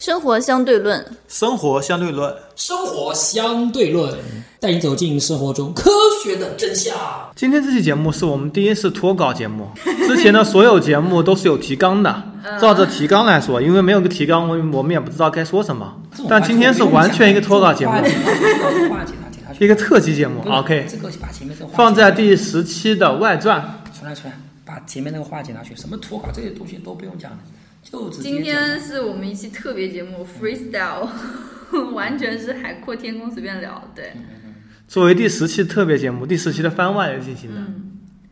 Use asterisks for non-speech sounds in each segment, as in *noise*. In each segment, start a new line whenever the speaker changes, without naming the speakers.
生活相对论，
生活相对论，
生活相对论，带你走进生活中科学的真相。
今天这期节目是我们第一次脱稿节目， *laughs* 之前的所有节目都是有提纲的，照着提纲来说，因为没有个提纲，我们我们也不知道该说什么。但今天是完全一个脱稿节目，一个特辑节目。OK，
这个把前面这个话
放在第十期的外传，
重来重来，把前面那个话解拿去，什么脱稿这些东西都不用讲了，就直接
今
讲
天是我们一期特别节目 freestyle，完全是海阔天空随便聊。对，
作为第十期特别节目，第十期的番外来进行的。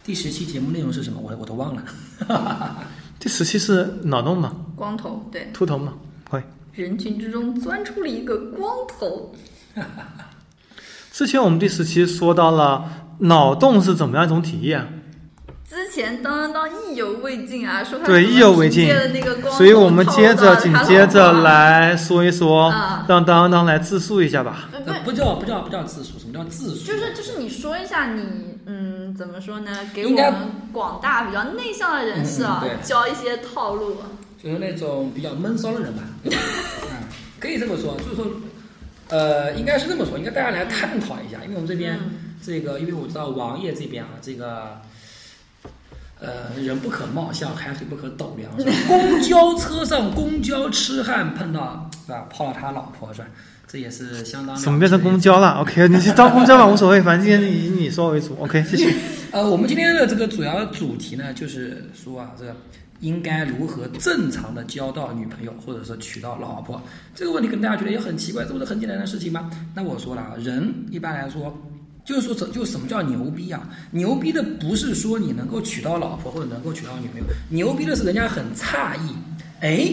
第十期节目内容是什么？我我都忘了。
第十期是脑洞嘛，
光头，对，
秃头嘛，会。
人群之中钻出了一个光头，
之前我们第十期说到了脑洞是怎么样一种体验，
之前当当当意犹未尽啊，说他
对
怎么
意犹未尽
凭借着那个光头
所以我们
套
接
到
着
了
紧
他老
接着
婆
来说一说
啊，
让当当来自述一下吧。
不
呃
不，
不叫不叫不叫自述，什么叫自述？
就是就是你说一下你嗯怎么说呢？给我
应该
们广大比较内向的人士啊
嗯嗯，对
教一些套路。
就是那种比较闷骚的人吧，嗯，可以这么说，就是说，呃，应该是这么说，应该大家来探讨一下，因为我们这边、这个，因为我知道王爷这边啊，这个，呃，人不可貌相，海水不可斗量，是吧？公交车上公交痴汉碰到是吧，泡了他老婆是吧？这也是相
嗯
当
怎么变成公
交？
交了？OK，你去 *laughs* 当公交吧，无所谓，反正今天以你说为主。OK，继续。
呃，我们今天的这个主要主题呢，就是说啊，这个应该如何正常的交到女朋友，或者说娶到老婆这个问题，可能大家觉得也很奇怪，这不是很简单的事情吗？那我说了，啊，人一般来说。就是说，什就什么叫牛逼啊？牛逼的不是说你能够娶到老婆或者能够娶到女朋友，牛逼的是人家很诧异，哎，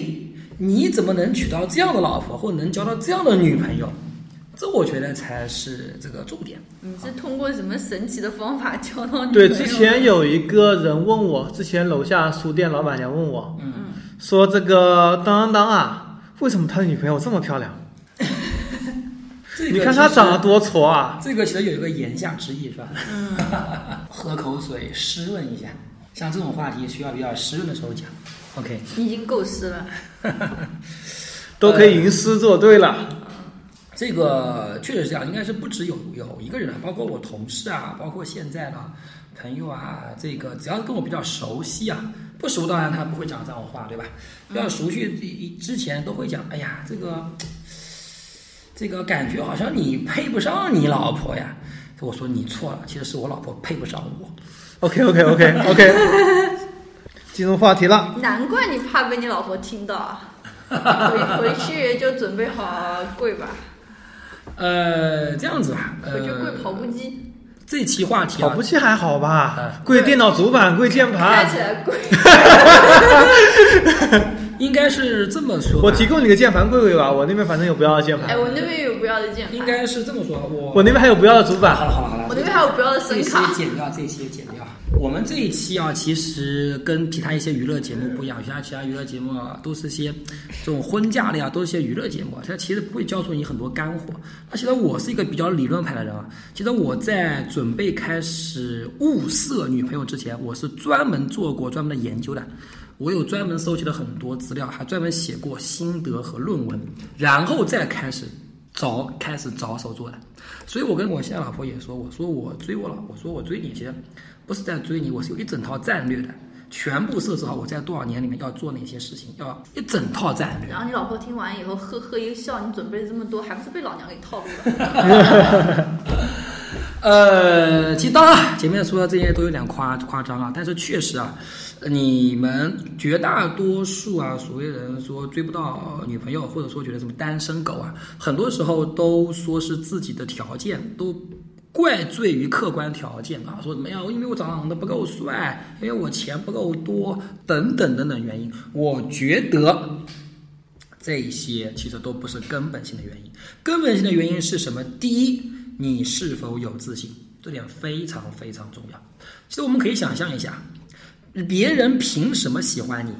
你怎么能娶到这样的老婆，或者能交到这样的女朋友？这我觉得才是这个重点。
你是通过什么神奇的方法教到女
对，
朋友
之前有一个人问我，之前楼下书店老板娘问我，
嗯，
说这个当当当啊，为什么他的女朋友这么漂亮？
这个
你看他
其实
长得多矬啊！
这个其实有一个言下之意是吧？ *laughs* 喝口水湿润一下，像这种话题需要比较湿润的时候讲。OK，
你已经够湿了，
都可以吟诗作对了。
这个确实是这样，应该是不止有有一个人啊，包括我同事啊，包括现在的朋友啊，这个只要跟我比较熟悉啊，不熟当然他不会讲这种话，对吧？比较熟悉之之前都会讲，哎呀，这个这个感觉好像你配不上你老婆呀。我说你错了，其实是我老婆配不上我。
OK OK OK
*laughs*
OK，进入话题了。
难怪你怕被你老婆听到啊。回回去就准备好跪吧，
呃，这样子吧，呃，
回去跪跑步机，
这期话题
跑
啊
步，机还好吧
嗯？
跪电脑主板，跪键
呃
开
盘。
起来跪。
啊应该是这么说吧，
我提供你个键盘跪跪吧，我那边反正有不要的键
哎，
盘，
我那边有不要的键
应
盘，
该是这么说，我
我那边还有不要的主
好
板。
了好了好了，
我那边还有不要的
这
声
一期
卡。
剪掉，这一期剪掉。我们这一期啊，其实跟其他一些娱乐节目不一样，其他其他娱乐节目啊，都是些这种婚嫁类啊，都是些娱乐节目啊，它其实不会教出你很多干货。那其实我是一个比较理论派的人啊，其实我在准备开始物色女朋友之前，我是专门做过专门的研究的。我有专门搜集了很多资料，还专门写过心得和论文，然后再开始找开始着手做的。所以我跟我现在老婆也说，我说我追我老，我说我追你，其实不是在追你，我是有一整套战略的，全部设置好我在多少年里面要做哪些事情，要一整套战略。
然后你老婆听完以后呵呵一笑，你准备了这么多，还不是被老娘给套路了？
呃，其实当然前面说的这些都有点夸夸张啊，但是确实啊，你们绝大多数啊，所谓人说追不到女朋友，或者说觉得什么单身狗啊，很多时候都说是自己的条件都。怪罪于客观条件啊，说怎么样？因为我长得不够帅，因为我钱不够多，等等等等原因。我觉得这一些其实都不是根本性的原因。根本性的原因是什么？第一，你是否有自信，这点非常非常重要。其实我们可以想象一下，别人凭什么喜欢你？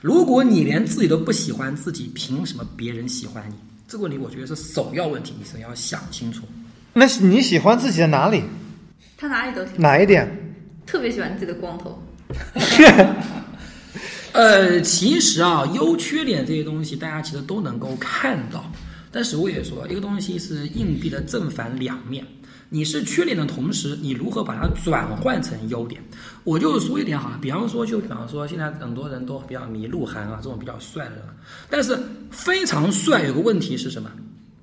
如果你连自己都不喜欢自己，凭什么别人喜欢你？这个问题我觉得是首要问题，你首先要想清楚。
那你喜欢自己的哪里？
他哪里都挺，
哪一点？
特别喜欢自己的光头。
呃，其实啊，优缺点这些东西大家其实都能够看到，但是我也说，一个东西是硬币的正反两面。你是缺点的同时，你如何把它转换成优点？我就说一点哈，比方说，就比方说，现在很多人都比较迷鹿晗啊，这种比较帅的人，但是非常帅有个问题是什么？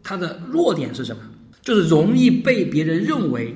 他的弱点是什么？就是容易被别人认为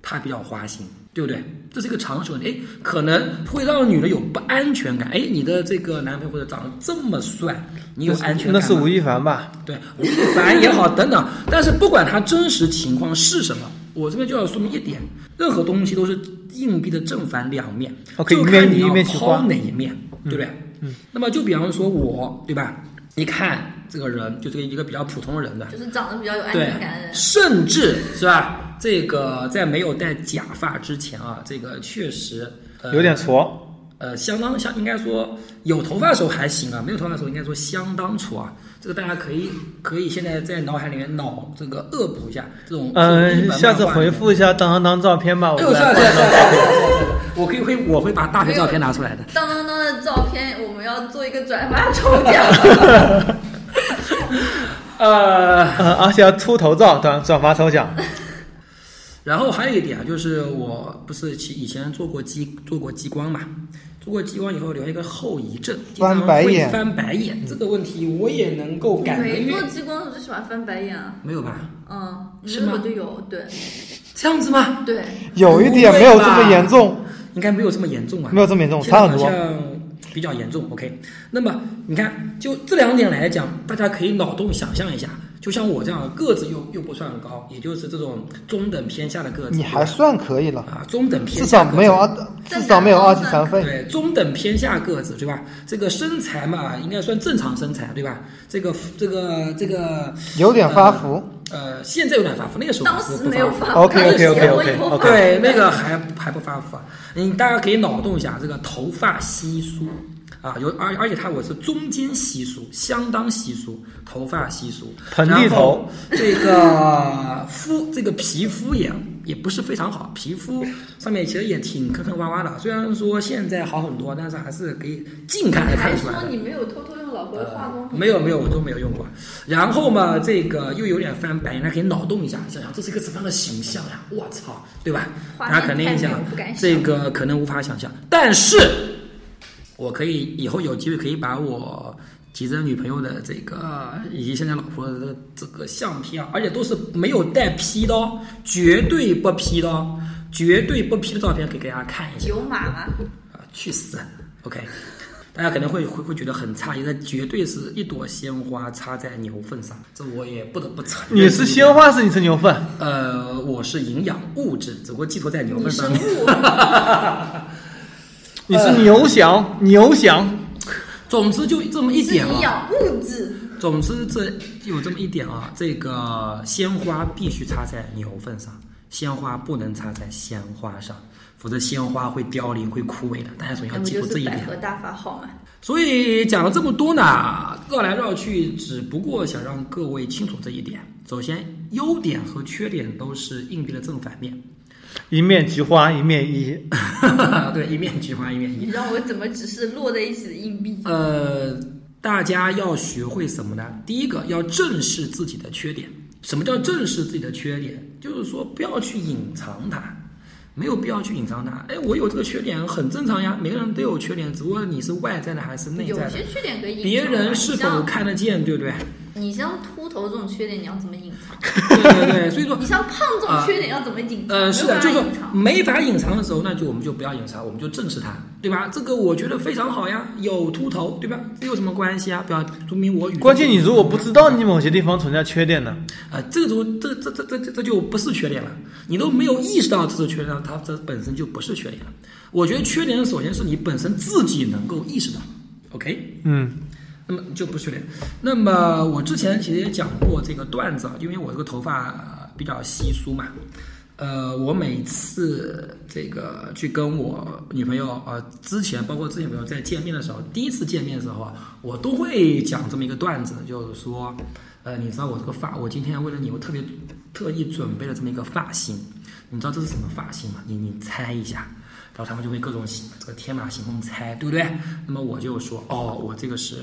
他比较花心，对不对？这是一个常识问题，哎，可能会让女的有不安全感。哎，你的这个男朋友或者长得这么帅，你有安全感
那
吗？
是吴亦凡吧？
对，吴亦凡也好，等等。但是不管他真实情况是什么，我这边就要说明一点：任何东西都是硬币的正反两面
OK，
就
一面
看你
一面去
要抛
花
哪一面，对不对？嗯。那么就比方说我，对吧？一看这个人，就这个一个比较普通人的，
就是长得比较有安
对
全感的，人。
甚至是吧？这个在没有戴假发之前啊，这个确实、呃、
有点挫，
呃，相当相应该说有头发的时候还行啊，没有头发的时候应该说相当粗啊。这个大家可以可以现在在脑海里面脑这个恶补一下这种。这种日
嗯，
本
下次
漫画
回
里面。
复一下当当当照片吧，我
哎呦，
们
算
来
了算了算了
*laughs*
算了算了算了，我可以会我会把大学照片拿出来的。
当当当的照片，我们要做一个转发抽奖。
呃，
嗯，而且要秃头照转转发抽奖，
然后还有一点啊，就是我不是其以前做过激做过激光嘛，做过激光以后留下一个后遗症，经常
翻白
会
眼
翻白眼这个问题我也能够 *laughs* 感觉，
没
因
做
为
激光的时候最喜欢翻白眼啊，
没有吧？
嗯，你
是
那
吗
会就有，对
这样子吗？
对，
有一点没有这么严重，
应该没有这么严重啊。
没有这么严重，
现在
差很
好
多。
像比较严重。OK，那么你看，就这两点来讲，大家可以脑洞想象一下，就像我这样个子又又不算高，也就是这种中等偏下的个子，
你还算可以了，
啊中等偏
至
下
少
个子
没有二，至少没有二级残
啊
废。
对中等偏下个子对吧？这个身材嘛，应该算正常身材对吧？这个这个这个
有点发福，
呃，现在有点发福，那个时候
当
不
时
不
没有
福
发
OK，OK，OK，OK，OK
我以 *laughs* 后发
对，那个还还不发福啊！你大家可以脑洞一下，这个头发稀疏啊，有而而且它我是中间稀疏，相当稀疏，头发稀疏，
盆地头，
这个肤这个皮肤也也不是非常好，皮肤上面其实也挺坑坑洼洼的。虽然说现在好很多，但是还是可以近看
你
也
还
看出来的呃
说。你没有偷偷用老婆的化妆品？
没有没有，我都没有用过。然后嘛，这个又有点翻白眼，那可以脑洞一下，想想这是一个什么样的形象呀、我操，对吧？
画面
大家肯定
太
想
美我不敢想
这个可能无法想象，但是我可以以后有机会可以把我吉珍女朋友的这个以及现在老婆的这个这个相片啊，而且都是没有带 P 的哦，绝对不 P 的哦，绝对不 P 的照片可以给大家看一下。
有码吗？
啊，去死！OK，大家可能会会会觉得很诧异，那绝对是一朵鲜花插在牛粪上，这我也不得不承认。
你是鲜？花是你是牛粪？
呃，我是营养物质，只不过寄托在牛
你
粪
是
上面。
物，
你是牛翔，牛翔。
总之就这么 *laughs* 一
你是
点
营
啊，
养物质。
总之这有这么一点啊，这个鲜花必须插在牛粪上，鲜花不能插在鲜花上，否则鲜花会凋零、会枯萎的。大家首先
那
要
不
记
哎就
住这
是
一
百
点。嗯
合大法好吗？
所以讲了这么多呢，绕来绕去，只不过想让各位清楚这一点。首先，优点和缺点都是硬币的正反面， *laughs*
一面菊花一面一，
对，一面菊花一面一。
你让我怎么只是摞在一起的硬币？
呃，大家要学会什么呢？第一个要正视自己的缺点。什么叫正视自己的缺点？就是说不要去隐藏它，没有必要去隐藏它。哎，我有这个缺点很正常呀，每个人都有缺点，只不过你是外在的还是内
有
在的，
些缺点可以隐藏
别人是否
啊
看得见，对不对？
你像你像秃头这种缺点，你要怎么隐藏？
对对对，所以说
你像胖这种缺点要怎么隐藏？
啊呃，是的，
没
就是
有
说
办法隐藏
没法隐藏的时候，那就我们就不要隐藏，我们就正视它，对吧？这个我觉得非常好呀，有秃头，对吧？这有什么关系啊？不要说明我与
关键你如果不知道你某些地方存在缺点呢？
呃，这种这这这这这这就不是缺点了，你都没有意识到这是缺点，它这本身就不是缺点了。我觉得缺点首先是你本身自己能够意识到，OK。
嗯，
那么就不是缺点。那么我之前其实也讲过这个段子啊，因为我这个头发呃比较稀疏嘛，呃，我每次这个去跟我女朋友呃之前，包括之前朋友在见面的时候，第一次见面的时候啊，我都会讲这么一个段子，就是说，呃，你知道我这个发，我今天为了你，我特别特意准备了这么一个发型，你知道这是什么发型吗？你你猜一下。后他们就会各种这个天马行空猜，对不对？那么我就说，哦，我这个是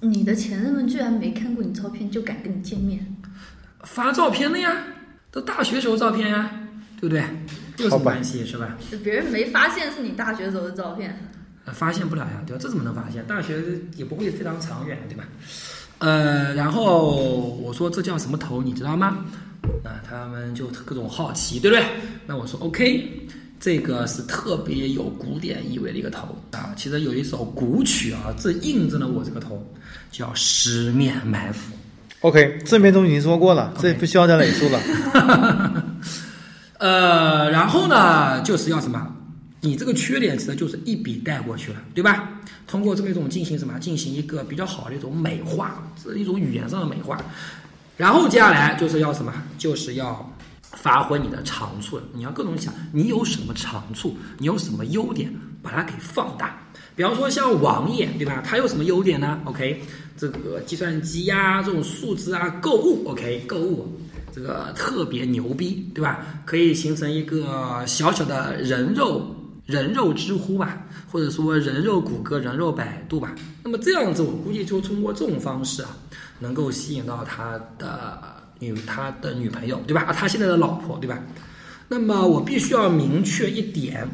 你的前任们居然没看过你照片就敢跟你见面，
发照片的呀，都大学时候照片呀，对不对？有什
好
么
吧
关系是吧？
别人没发现是你大学时候的照片。
呃发现不了呀，对吧？这怎么能发现？大学也不会非常长远，对吧？呃，然后我说这叫什么头，你知道吗？那他们就各种好奇，对不对？那我说 OK，这个是特别有古典意味的一个头啊。其实有一首古曲啊，这印证了我这个头，叫《十面埋伏》。
OK，正面中已经说过了，这
OK
不需要再累 *laughs* 述了。
呃，然后呢，就是要什么？你这个缺点其实就是一笔带过去了，对吧？通过这么一种进行什么？进行一个比较好的一种美化，这一种语言上的美化。然后接下来就是要什么？就是要发挥你的长处了。你要各种想，你有什么长处？你有什么优点？把它给放大。比方说像王爷，对吧？他有什么优点呢？OK，这个计算机呀、这种数字啊，购物，OK，购物，这个特别牛逼，对吧？可以形成一个小小的人肉人肉知乎吧，或者说人肉谷歌、人肉百度吧。那么这样子，我估计就通过这种方式啊，能够吸引到他的女他的女朋友，对吧？啊他现在的老婆，对吧？那么我必须要明确一点，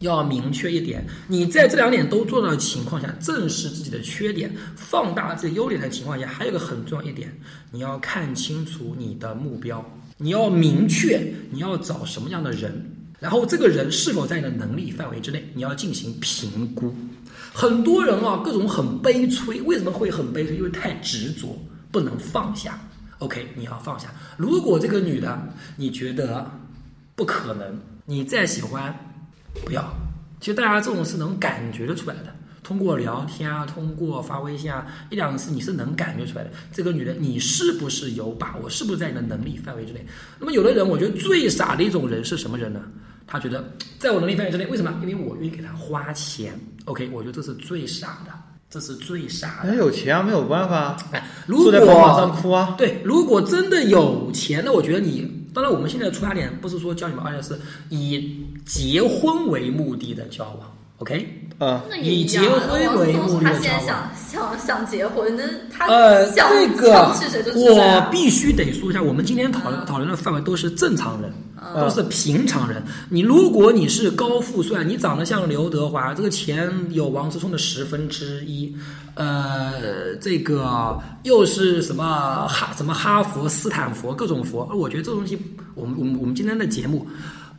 要明确一点，你在这两点都做到的情况下，正视自己的缺点，放大自己优点的情况下，还有一个很重要一点，你要看清楚你的目标，你要明确你要找什么样的人，然后这个人是否在你的能力范围之内，你要进行评估。很多人啊，各种很悲催，为什么会很悲催？因为太执着，不能放下。OK，你要放下。如果这个女的你觉得不可能，你再喜欢，不要。其实大家这种是能感觉得出来的，通过聊天啊，通过发微信啊，一两次你是能感觉出来的。这个女的你是不是有把握，是不是在你的能力范围之内？那么有的人，我觉得最傻的一种人是什么人呢？他觉得在我能力范围之内，为什么？因为我愿意给他花钱。OK，我觉得这是最傻的，这是最傻的。
人家有钱啊，没有办法，
哎，如
坐
果
在宝马上哭啊。
对，如果真的有钱，那我觉得你，当然我们现在的出发点不是说教你们，而且是以结婚为目的的交往，OK？
呃，
那也
以
一
结
样啊
婚为目的
他
的
现
交
在
往。
想想想结婚，那他
呃，
想、
这个
想是谁就是谁、
我
啊。
必须得说一下，我们今天讨论讨论的范围都是正常人，都是平常人。你如果你是高富帅，你长得像刘德华，这个钱有王思聪的十分之一，呃，这个又是什么哈什么哈佛、斯坦福各种佛，我觉得这东西，我们我们我们今天的节目。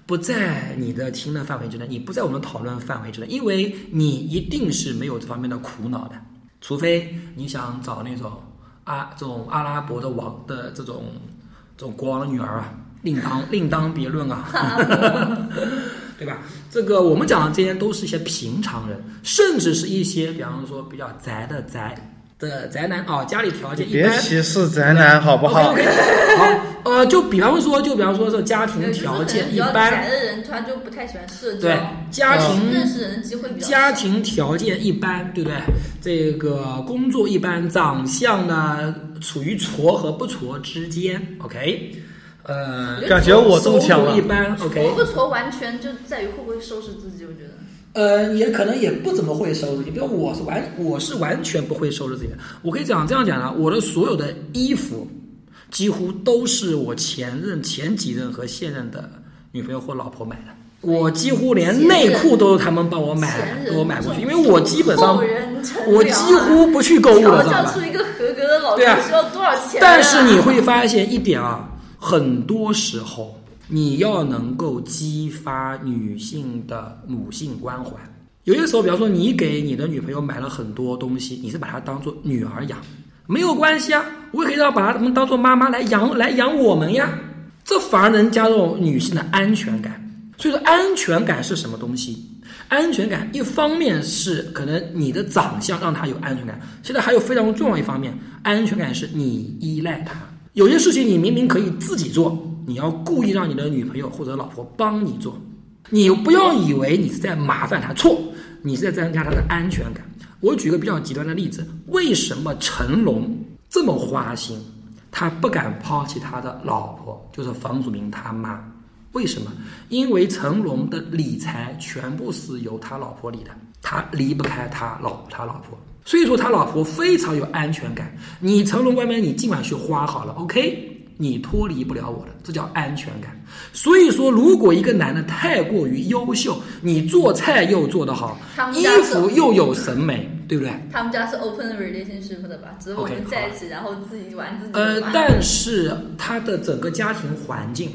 不在你的听的范围之内，你不在我们讨论范围之内，因为你一定是没有这方面的苦恼的，除非你想找那种啊这种阿拉伯的王的这种这种国王的女儿啊，另当另当别论啊。对吧？这个我们讲的这些都是一些平常人，甚至是一些，比方说比较宅的宅的宅男啊、家里条件一
别
般。
歧视宅男好不好？
OK OK，好， *laughs* 呃，就比方说，就比方说这家庭
有就是
条
可能
件
比
一
较
般
宅，的人，他就不太喜欢社交，
对家庭
认识人的机会比较
家
少。
庭条件一般，对不对？这个工作一般，长相呢处于矬和不矬之间，OK，呃，
感觉我中
收
枪
入
了
一。般，OK，
挫不挫完全就在于会不会收拾自己，我觉得。
呃，也可能也不怎么会收拾。比如我是完，我是完全不会收拾自己的。我可以讲这样讲啊，我的所有的衣服几乎都是我前任、前几任和现任的女朋友或老婆买的。我几乎连内裤都是他们帮我买
前，
给
人
我买过去，因为我基本上
后人乘凉啊
我几乎不去购物
调
了，知道吧
教？出一个合格的老
对啊
公需要多少钱啊、
但是你会发现一点啊，很多时候你要能够激发女性的母性关怀。有些时候，比方说你给你的女朋友买了很多东西，你是把她当做女儿养，没有关系啊，我也可以让把她们当做妈妈来养来养我们呀，这反而能加重女性的安全感。所以说，安全感是什么东西？安全感一方面是可能你的长相让他有安全感，现在还有非常重要一方面，安全感是你依赖他。有些事情你明明可以自己做，你要故意让你的女朋友或者老婆帮你做，你不要以为你是在麻烦她，错，你是在增加她的安全感。我举个比较极端的例子，为什么成龙这么花心？他不敢抛弃他的老婆，就是房祖名他妈。为什么？因为成龙的理财全部是由他老婆理的，他离不开他老他老婆，所以说他老婆非常有安全感。你成龙外面你尽管去花好了，OK，你脱离不了我的，这叫安全感。所以说，如果一个男的太过于优秀，你做菜又做得好
他，们
衣
家
服又有审美，对不对？
他们家是 open relationship 的吧？只是我
OK，
们在一起，然后自己玩自己
呃
的吧。，
但是他的整个家庭环境，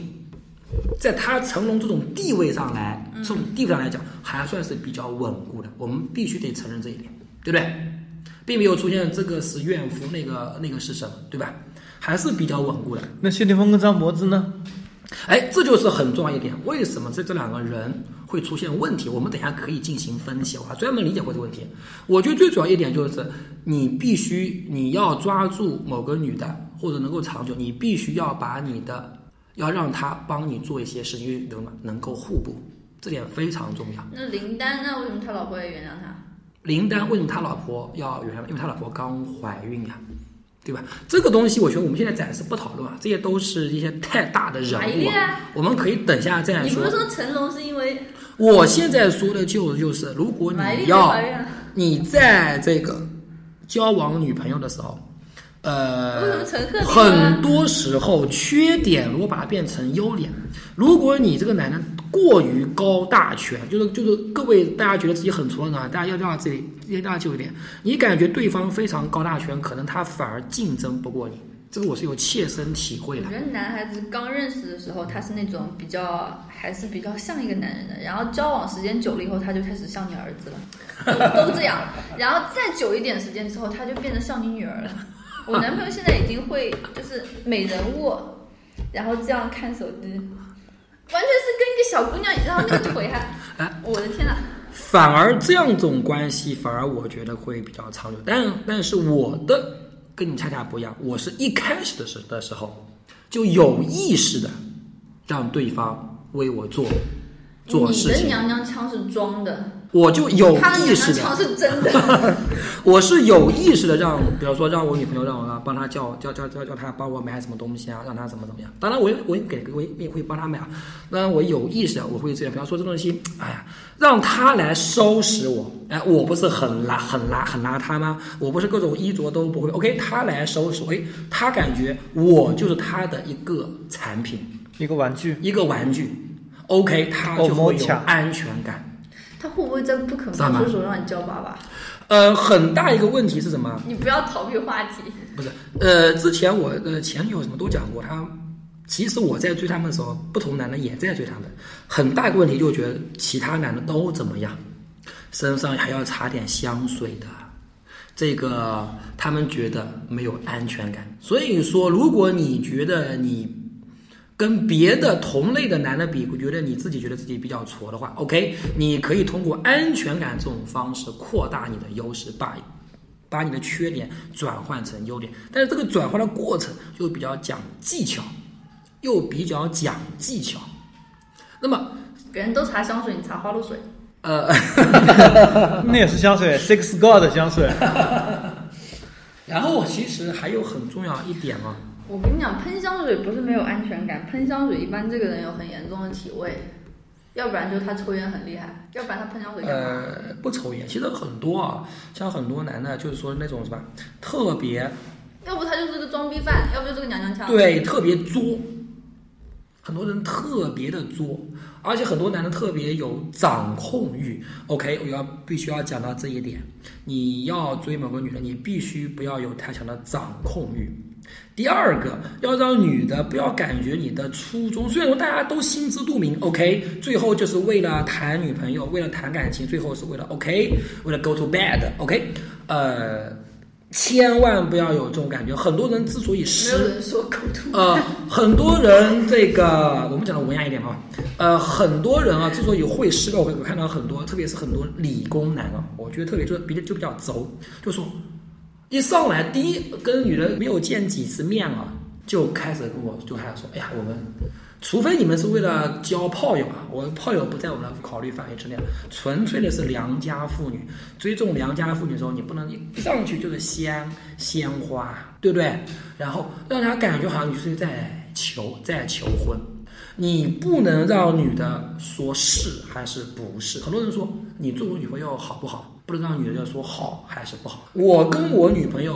在他成龙这种地位上来，这种地位上来讲，还算是比较稳固的。我们必须得承认这一点，对不对？并没有出现这个是怨妇，那个那个是什么，对吧？还是比较稳固的。
那谢霆锋跟张柏芝呢？
哎，这就是很重要一点。为什么这这两个人会出现问题？我们等一下可以进行分析，我还专门理解过这个问题。我觉得最主要一点就是，你必须你要抓住某个女的，或者能够长久，你必须要把你的要让她帮你做一些事情，因为人嘛能够互补，这点非常重要。
那林丹呢？为什么他老婆也原谅他？
林丹为什么他老婆要原谅？因为他老婆刚怀孕呀、对吧？这个东西我觉得我们现在暂时不讨论啊，这些都是一些太大的人
马伊
物、
琍
啊，
啊？
我们可以等下再
你
说
不是。说成龙是因为
我现在说的就就是，如果
马
你
伊琍
要
怀孕了？
你在这个交往女朋友的时候，
为什么
呃，
陈赫离婚
很
了？
多时候缺点如果把它变成优点，如果你这个男人过于高大全，就是就是各位大家觉得自己很挫呢，大家要到这里，要大家就一点，你感觉对方非常高大全，可能他反而竞争不过你，这个我是有切身体会
我
的
觉。得男孩子刚认识的时候，他是那种比较还是比较像一个男人的，然后交往时间久了以后，他就开始像你儿子了，都都这样。 *laughs* 然后再久一点时间之后，他就变得像你女儿了。我男朋友现在已经会就是美人物，然后这样看手机，完全是跟一个小姑娘，然后那个腿还，
哎
我的天呐！
反而这样种关系，反而我觉得会比较长久。但但是我的跟你恰恰不一样，我是一开始的时的时候就有意识的让对方为我做做
你
事
的
情，
娘娘腔是装的，
我就有
他的
意
娘
识
娘腔
的
是真的。
我是有意识的让，比如说让我女朋友让我让帮她叫叫叫叫叫她帮我买什么东西啊，让她怎么怎么样。当然我也我也给我也我也会帮她买啊，当然我有意识的我会这样，比方说这东西，哎呀，让她来收拾我，哎，我不是很邋很邋很邋遢吗？我不是各种衣着都不会，OK，她来收拾我，哎，她感觉我就是她的一个产品，
一个玩具， *laughs*
一个玩具，OK，她就会有安全感。
他会不会在不可
干
能
嘛
说手让你叫爸爸？
呃，很大一个问题是什么？
你不要逃避话题。
不是，呃，之前我的前女友什么都讲过，她其实我在追她们的时候，不同男的也在追她们，很大一个问题就是觉得其他男的都怎么样，身上还要擦点香水的，这个他们觉得没有安全感。所以说，如果你觉得你跟别的同类的男的比，觉得你自己觉得自己比较挫的话，OK，你可以通过安全感这种方式扩大你的优势，把把你的缺点转换成优点。但是这个转换的过程就比较讲技巧，又比较讲技巧。那么，
别人都擦香水，你擦花露水。
呃， *laughs*
那也是香水，Six God 的香水。 *laughs*
然后我其实还有很重要一点啊，
我跟你讲，喷香水不是没有安全感，喷香水一般这个人有很严重的体味，要不然就是他抽烟很厉害，要不然他喷香水干嘛？
呃，不抽烟，其实很多啊，像很多男的，就是说那种什么特别
要不他就是个装逼犯，要不就是个娘娘腔。
对特别作，很多人特别的作，而且很多男的特别有掌控欲。OK，我要必须要讲到这一点，你要追某个女的，你必须不要有太强的掌控欲。第二个，要让女的不要感觉你的初衷，虽然说大家都心知肚明，OK，最后就是为了谈女朋友，为了谈感情，最后是为了 OK，为了 go to bed，OK，、呃，千万不要有这种感觉。很多人之所以
没
失
有人说狗吐。
呃，很多人这个我们讲的文雅一点哈，呃，很多人啊，之所以会失败，我我看到很多，特别是很多理工男啊，我觉得特别就是比较就比较轴，就说一上来第一跟女人没有见几次面啊，就开始跟我就开始说，哎呀，我们除非你们是为了交炮友啊，我炮友不在我们的考虑范围之内，纯粹的是良家妇女。追这种良家妇女的时候，你不能一上去就是鲜鲜花，对不对？然后让她感觉好像你是在求在求婚。你不能让女的说是还是不是。很多人说你做我女朋友好不好，不能让女的说好还是不好。我跟我女朋友，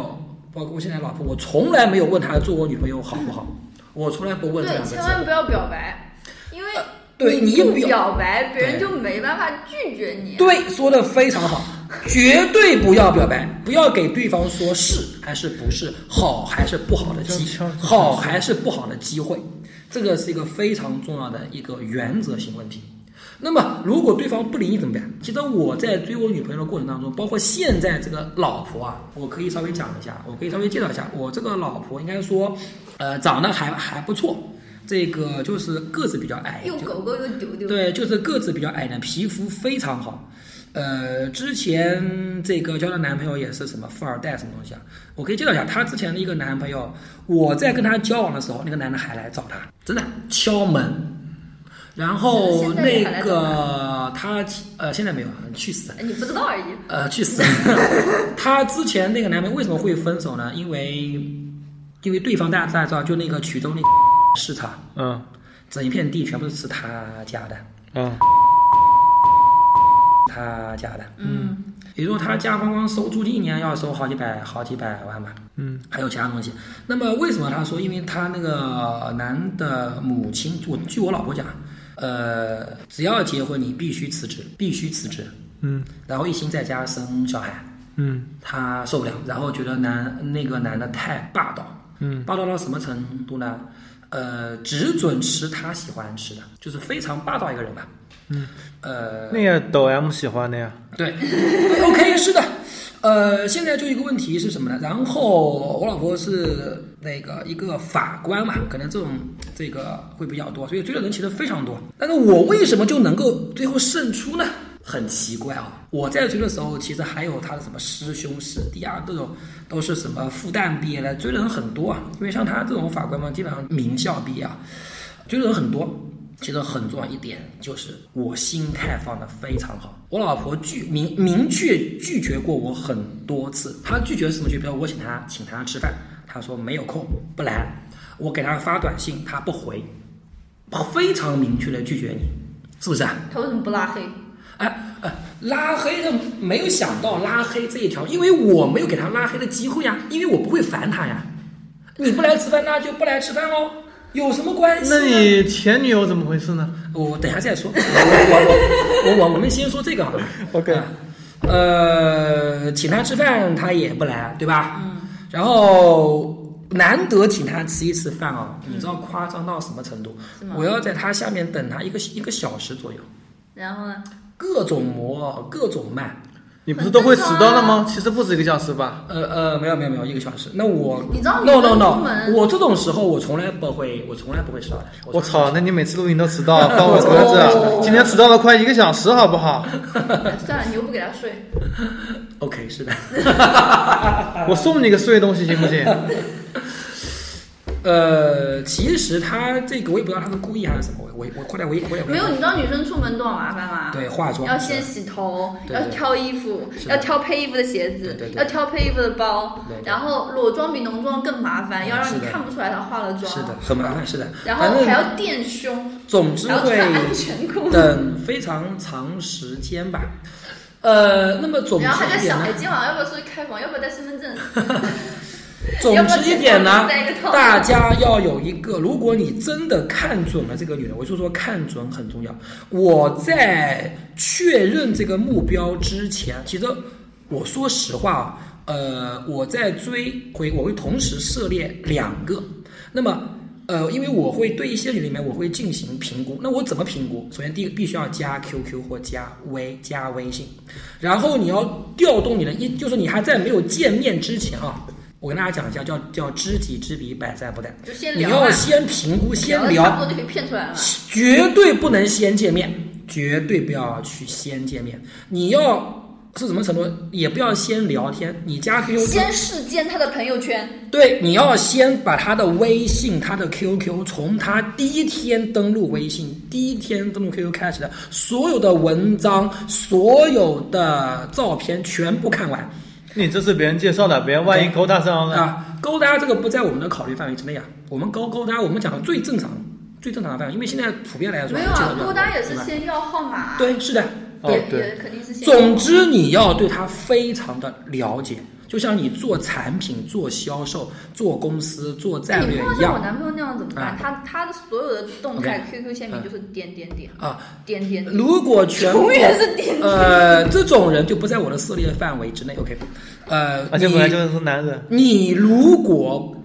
包括我现在老婆，我从来没有问她做我女朋友好不好，我从来不问这
对，
两个字
千。万不要表白，因为
对你
不
表
表白，别人
对
就没办法拒绝你。
对，说的非常好，绝对不要表白，不要给对方说是还是不是，好还是不好的机，好还是不好的机会，这个是一个非常重要的一个原则性问题。那么，如果对方不理你怎么办？其实我在追我女朋友的过程当中，包括现在这个老婆啊，我可以稍微讲一下，我可以稍微介绍一下，我这个老婆应该说，呃，长得还还不错，这个就是个子比较矮，
又
就
狗狗又丢丢，
对，就是个子比较矮呢，皮肤非常好。呃，之前这个交的男朋友也是什么富二代什么东西啊？我可以介绍一下，她之前的一个男朋友，我在跟她交往的时候，那个男的还来找她，真的敲门。然后
现在也
那
还来找
个她呃，现在没有，去死。
哎你不知道而已。
呃，
*laughs*
去死！他之前那个男朋友为什么会分手呢？因为，因为对方大家大家知道，就那个衢州那个市场，
嗯
整一片地全部是他家的，
嗯，
他家的。
嗯，
也就是说他家光光收租金一年要收好几百好几百万吧，
嗯，
还有其他东西。那么为什么他说？因为他那个男的母亲，我据我老婆讲，呃，只要结婚你必须辞职，必须辞职，
嗯
然后一心在家生小孩，
嗯
他受不了，然后觉得男那个男的太霸道，
嗯
霸道到什么程度呢？呃，只准吃他喜欢吃的，就是非常霸道一个人吧。
嗯，
呃，
那个抖 M 喜欢的呀，
对 *laughs* ，OK，是的。呃，现在就一个问题是什么呢？然后我老婆是那个一个法官嘛，可能这种这个会比较多，所以追的人其实非常多。但是我为什么就能够最后胜出呢？很奇怪啊、我在追的时候，其实还有他的什么师兄师弟啊，这种都是什么复旦毕业的，追的人很多啊。因为像他这种法官嘛，基本上名校毕业啊，追的人很多。其实很重要一点就是我心态放得非常好。我老婆拒明明确拒绝过我很多次，她拒绝什么拒绝？比如我请她请她吃饭，她说没有空不来，我给她发短信她不回，非常明确的拒绝你，是不是啊？
他为什么不拉黑？
哎哎，拉黑的没有想到拉黑这一条，因为我没有给他拉黑的机会呀，因为我不会烦他呀。你不来吃饭，那就不来吃饭喽，有什么关系呢？
那你前女友怎么回事呢？
我等一下再说，我我我我我我们先说这个好了。
OK
呃，请他吃饭他也不来，对吧？嗯。然后难得请他吃一次饭哦，你知道夸张到什么程度？
是吗
我要在他下面等他一个一个小时左右，
然后呢？
各种磨，各种慢。
你不是都会迟到了吗？其实不止一个小时吧。
呃呃，没有没有没有，一个小时。那我
你知道你
no
能
no
出
no，
门
我这种时候我从来不会，我从来不会迟到的。
我
从来
操！那你每次录音都迟到，翻我车
哦
子。啊今天迟到了快一个小时，好不好？
哎 *laughs* 算了，你又不给他睡，
不！OK，是的。
我送你个碎东西行不行？
呃，其实他这个我也不知道他是故意还是什么，我我我后来我也我也
没有，你知道女生出门多少麻烦吗？
对化妆
要先洗头，
对
要挑衣服，
是的
要挑配衣服的鞋子，
对对对
要挑配衣服的包，
对对
然后裸妆比浓妆更麻烦，
嗯
要让你
是的
看不出来她化了妆，
是的，很麻烦，是的。
然
反
后
正
还要垫胸，
总之
还要
会
穿安全裤，
等非常长时间吧。呃，那么总之
然后还在
一点
想，
呢
哎，，今天晚上要不要出去开房？要不要带身份
*laughs*
证？
总之一点呢
要不要剪头发再一个，头
大家要有一个，如果你真的看准了这个女人，我就说看准很重要。我在确认这个目标之前，其实我说实话啊，呃，我在追回，我会同时涉猎两个。那么，呃，因为我会对一些女里面我会进行评估。那我怎么评估？首先，第一个必须要加 QQ 或加微加微信，然后你要调动你的一，就是你还在没有见面之前啊，我跟大家讲一下，叫叫知己知彼，百战不殆。
就先
你
聊嘛
要，先评估，先
聊得差
聊
不，多就可以骗出来了嘛。
绝对不能先见面，绝对不要去先见面。你要是什么程度，也不要先聊天。你加 QQ 之后
先视奸他的朋友圈，
对，你要先把他的微信、他的 QQ，从他第一天登录微信、第一天登录 QQ 开始的所有的文章、所有的照片全部看完
你这是别人介绍的，别人万一勾搭上了，
啊啊！勾搭这个不在我们的考虑范围之内啊，我们勾勾搭，我们讲的最正常、最正常的范围，因为现在普遍来说
没有啊，
见得
多
比较
单也
对
是
吧
先要号码，
对，是的，
哦
也，也
对，
肯定是先要号码。
总之，你要对它非常的了解，就像你做产品、做销售、做公司、做战
你
略
碰
一
到像我
样
男朋友那样怎么办？
啊
他他的所有的动态 QQ 签名
嗯
就是点点点
啊。
点点点，
如果全部
*laughs* 永远是点点。
呃这种人就不在我的涉猎范围之内，OK？呃，
而且本来就
你
是男人，
你如果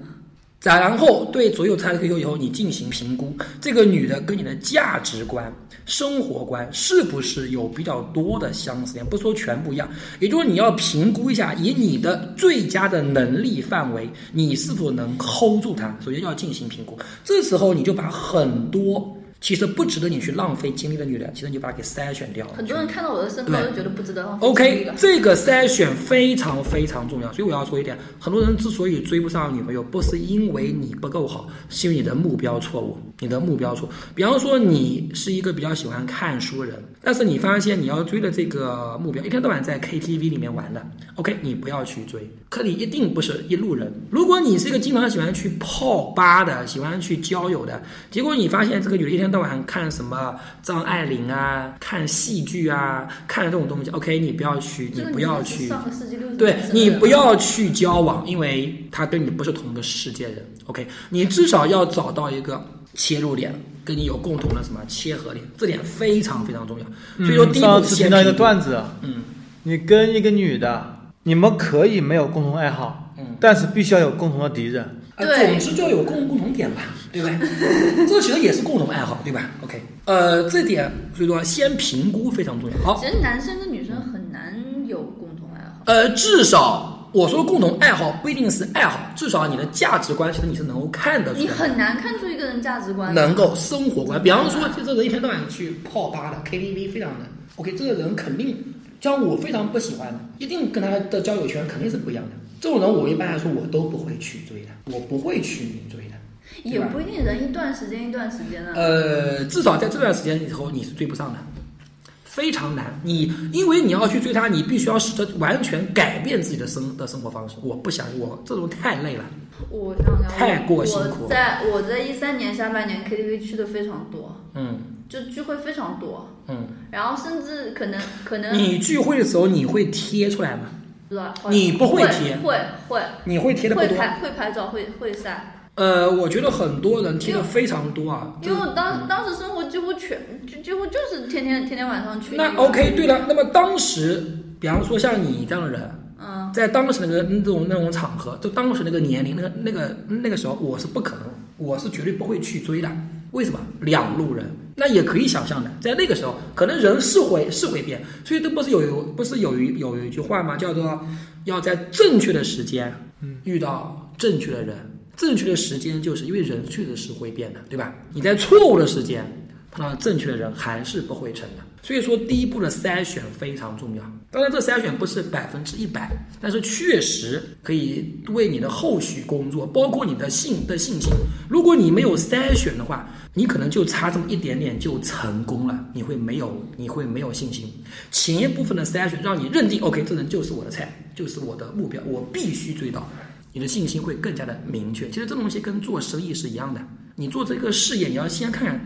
然后对所有他的 QQ 以后，你进行评估，这个女的跟你的价值观、生活观是不是有比较多的相似点？不说全不一样，也就是你要评估一下，以你的最佳的能力范围，你是否能 hold 住她。首先要进行评估，这时候你就把很多其实不值得你去浪费精力的女人，其实你就把它给筛选掉了。
很多人看到我的身高
对
就觉得不值得浪费精力
OK，
了。
这个筛选非常非常重要，所以我要说一点，很多人之所以追不上女朋友，不是因为你不够好，是因为你的目标错误，你的目标错误。比方说，你是一个比较喜欢看书的人，但是你发现你要追的这个目标，一天到晚在 KTV 里面玩的，OK，你不要去追，可你一定不是一路人。如果你是一个经常喜欢去泡吧的，喜欢去交友的，结果你发现这个女的一天到晚看什么张爱玲啊，看戏剧啊，看这种东西，OK，你不要去，你
这个
不
女
要
的是
去。
上个世纪六十
对
年代
你
的
不要去交往，因为他跟你不是同一个世界人。OK，你至少要找到一个切入点，跟你有共同的什么切合点，这点非常非常重要。所以说，
嗯
第一
上
步
次
先
听到一个
评估
段子，啊
嗯
你跟一个女的，你们可以没有共同爱好，
嗯，
但是必须要有共同的敌人。
呃
对
总之就要有共共同点吧， *laughs* 对不对？这其实也是共同爱好，对吧？OK，呃，这点所以说先评估非常重要。好，
其实男生跟女生很难有共同爱好。
呃，至少我说共同爱好不一定是爱好，至少你的价值观其实你是能够看得出
你
来的。
很难看出一个人价值观的，
嗯能够生活观，比方说，就这人一天到晚去泡吧的 KTV 非常的 OK，这个人肯定像我非常不喜欢的，一定跟他的交友圈肯定是不一样的。这种人我一般来说我都不会去追的，我不会去追的。
也不一定人一段时间一段时间啊的。
呃，至少在这段时间以后，你是追不上的，非常难。你因为你要去追他，你必须要使得完全改变自己的生的生活方式。我不想，我这种太累了。
我想想，
太过辛苦
我在我在一三年下半年 KTV 去的非常多，
嗯
就聚会非常多，
嗯，
然后甚至可能可能
你聚会的时候你会贴出来吗？
是吧？
你不
会
会贴
会会
你会贴的不
会
多。
拍会拍照会会晒，
呃，我觉得很多人贴的非常多啊。
因为我当当时生活几乎全就几乎就是天天天天晚上去。
那 OK，对了，那么当时，比方说像你这样的人，
嗯，
在当时那个那种那种场合，就当时那个年龄，那个那个那个时候，我是不可能，我是绝对不会去追的。为什么？两路人，那也可以想象的，在那个时候，可能人是会是会变，所以这不是有有不是有一有一句话吗？叫做要在正确的时间遇到正确的人。正确的时间就是因为人确实是会变的，对吧？你在错误的时间碰到正确的人还是不会成的。所以说，第一步的筛选非常重要。当然，这筛选不是百分之一百，但是确实可以为你的后续工作，包括你的信的信心。如果你没有筛选的话，你可能就差这么一点点就成功了，你会没有，你会没有信心。前一部分的筛选让你认定，OK，这人就是我的菜，就是我的目标，我必须追到。你的信心会更加的明确。其实这东西跟做生意是一样的，你做这个事业，你要先看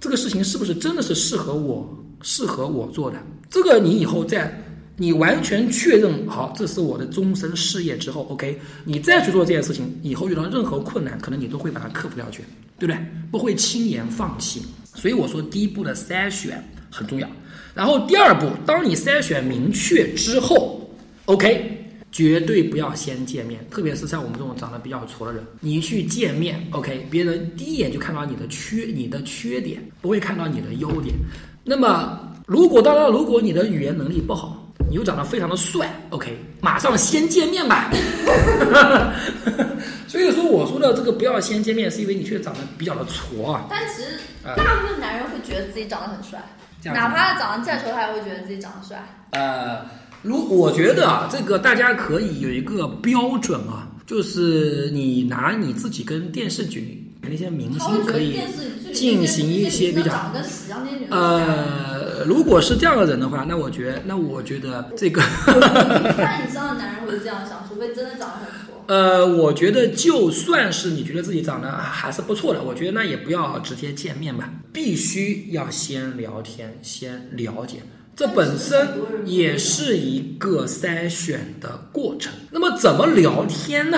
这个事情是不是真的是适合我，适合我做的。这个你以后再你完全确认好，这是我的终身事业之后，OK，你再去做这件事情，以后遇到任何困难，可能你都会把它克服掉去，对不对？不会轻言放弃。所以我说，第一步的筛选很重要。然后第二步，当你筛选明确之后，OK，绝对不要先见面，特别是像我们这种长得比较矬的人，你一去见面，OK，别人第一眼就看到你的缺，你的缺点，不会看到你的优点。那么，如果当然，如果你的语言能力不好，你又长得非常的帅，OK，马上先见面吧。 *laughs* 所以说，我说的这个不要先见面，是因为你确实长得比较的矬啊。
但其实
啊
大部分男人会觉得自己长得很帅，
这样子
哪怕长得再丑，他也会觉得自己长得帅。
呃，如我觉得啊，这个大家可以有一个标准啊，就是你拿你自己跟电视剧里那些明
他会
星
觉
可
得
以
电视剧里
进行一
那
些
女生
比较
长得屎一样那些女生
呃，如果是这样的人的话，那我觉那我觉得这个 *laughs* *laughs*
一半以上的男人会这样想，除非真的长得很丑。
呃，我觉得就算是你觉得自己长得还是不错的，我觉得那也不要直接见面吧，必须要先聊天，先了解。这本身也是一个筛选的过程。那么怎么聊天呢？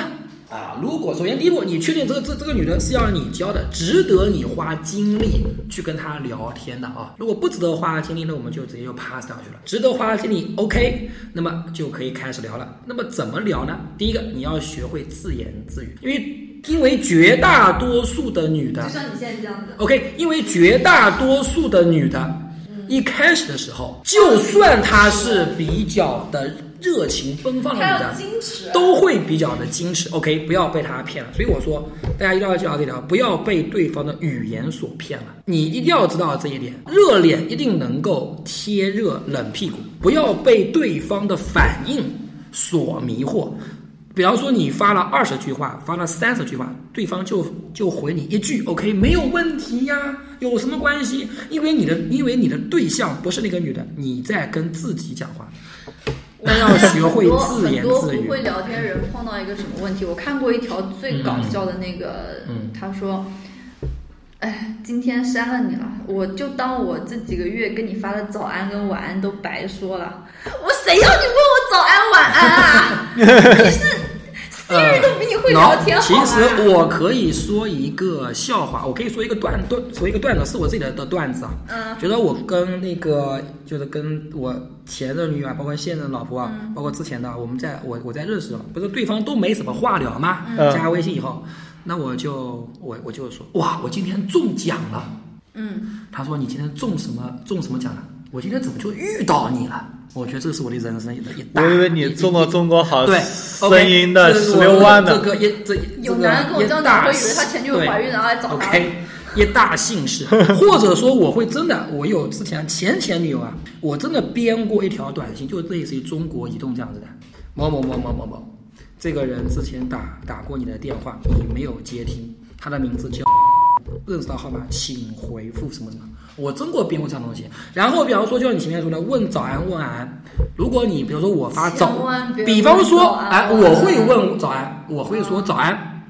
啊，如果首先第一步，你确定这个这这个女人是要你教的，值得你花精力去跟她聊天的啊。如果不值得花精力，那我们就直接就 pass 掉去了。值得花精力，OK，那么就可以开始聊了。那么怎么聊呢？第一个，你要学会自言自语，因为因为绝大多数的女的
就像你现在这样子，
，OK，因为绝大多数的女的，一开始的时候，就算她是比较的热情奔放的
他
女
要
的，
矜持，
都会比较的矜持。OK，不要被他骗了。所以我说，大家一定要记到这一条，不要被对方的语言所骗了。你一定要知道这一点，热脸一定能够贴热冷屁股，不要被对方的反应所迷惑。比方说，你发了二十句话，发了三十句话，对方就就回你一句 “OK，没有问题呀，有什么关系？”因为你的因为你的对象不是那个女的，你在跟自己讲话，那要学会自言自
很多
语。
不会聊天的人碰到一个什么问题？我看过一条最搞笑的那个，
嗯
他说：“哎，今天删了你了，我就当我这几个月跟你发的早安跟晚安都白说了。我谁要你问我早安晚安啊？你是 Siri 都比你会聊天好
嗯其
吗？
实我可以说一个笑话，我可以说一个段段，说一个段子，是我自己的的段子啊。
嗯，
觉得我跟那个就是跟我前任女友啊，包括现任老婆啊，
嗯
包括之前的啊，我们在我我在认识的时候，不是对方都没什么话聊吗？
嗯
加微信以后，那我就我我就说哇，我今天中奖了。
嗯，
他说你今天中什么中什么奖了？我今天怎么就遇到你了？我觉得这是我的人生的一大。
我以为你
一
中过中国好
啊对
声音的十六万
这
的，
个一这
有男人跟我交往，
大，
我以为他前女友怀孕了，然后来找他。
OK，一大幸
*laughs*
事，或者说我会真的，我有之前前前女友啊，我真的编过一条短信，就类似于中国移动这样子的，某某某某某某，这个人之前打打过你的电话，你没有接听，他的名字叫。认识到号码，请回复什么什么。我真给我编过这样东西。然后，比方说，就像你前面说的，问早安问晚安。如果你比如说我发早
千万别，
比方
问
说
早，安
哎，
晚安
我会问早安，我会说早安，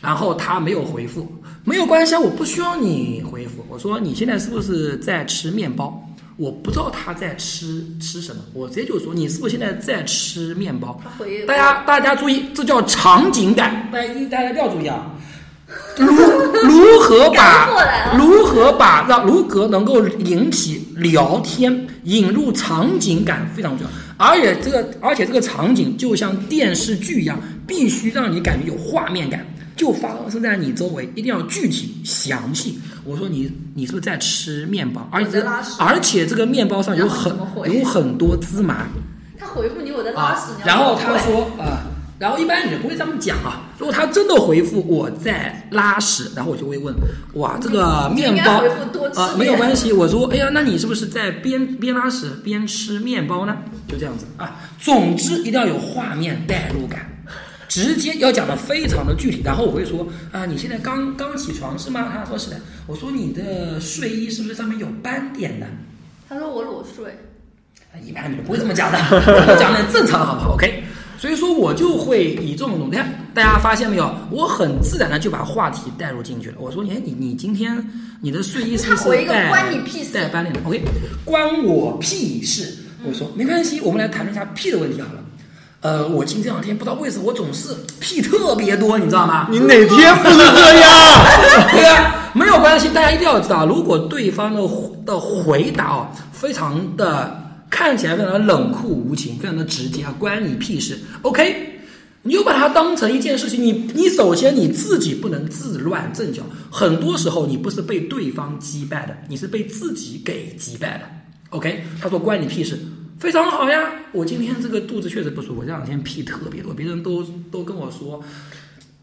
然后他没有回复，没有关系啊，我不需要你回复。我说你现在是不是在吃面包？我不知道他在吃吃什么，我直接就说你是不是现在在吃面包？
他回
大家大家注意，这叫场景感，大家一大家一定要注意啊。如如何把
*laughs* 赶过来了
如何把让如何能够引起聊天引入场景感非常重要，而且这个而且这个场景就像电视剧一样，必须让你感觉有画面感，就发生在你周围，一定要具体详细。我说你你是不是在吃面包？而且这
我在拉屎
而且这个面包上有
然后
很
怎么回
有很多
*laughs*
芝麻，
他回复你我在拉
啊
屎，你，要
然后他
回
说啊、然后一般你不会这么讲啊。如果他真的回复我在拉屎，然后我就会问，哇，这个面
应该
包
回复多吃
啊、没有关系。我说，哎呀，那你是不是在边边拉屎边吃面包呢？就这样子啊。总之一定要有画面代入感。直接要讲的非常的具体，然后我会说啊，你现在刚刚起床是吗？他说是的。我说你的睡衣是不是上面有斑点的？
他说我裸睡。
一般女不会这么讲的，我讲的正常，好不好？OK。所以说我就会以这种，你看大家发现没有，我很自然的就把话题带入进去了。我说，哎，你你今天你的睡衣是不
他回
是
一个
带
关你屁事嗯
带斑点的？OK，关我屁事。我说没关系，我们来谈论一下屁的问题好了。呃，我近这两天不知道为什么我总是屁特别多，你知道吗？
你哪天不是这
*laughs*
样？
对啊，没有关系，大家一定要知道，如果对方的的回答哦，非常的看起来非常的冷酷无情，非常的直接，啊关你屁事，OK。你就把它当成一件事情，你你首先你自己不能自乱阵脚，很多时候你不是被对方击败的，你是被自己给击败的。OK，他说关你屁事，非常好呀，我今天这个肚子确实不舒服，这两天屁特别多，别人都都跟我说，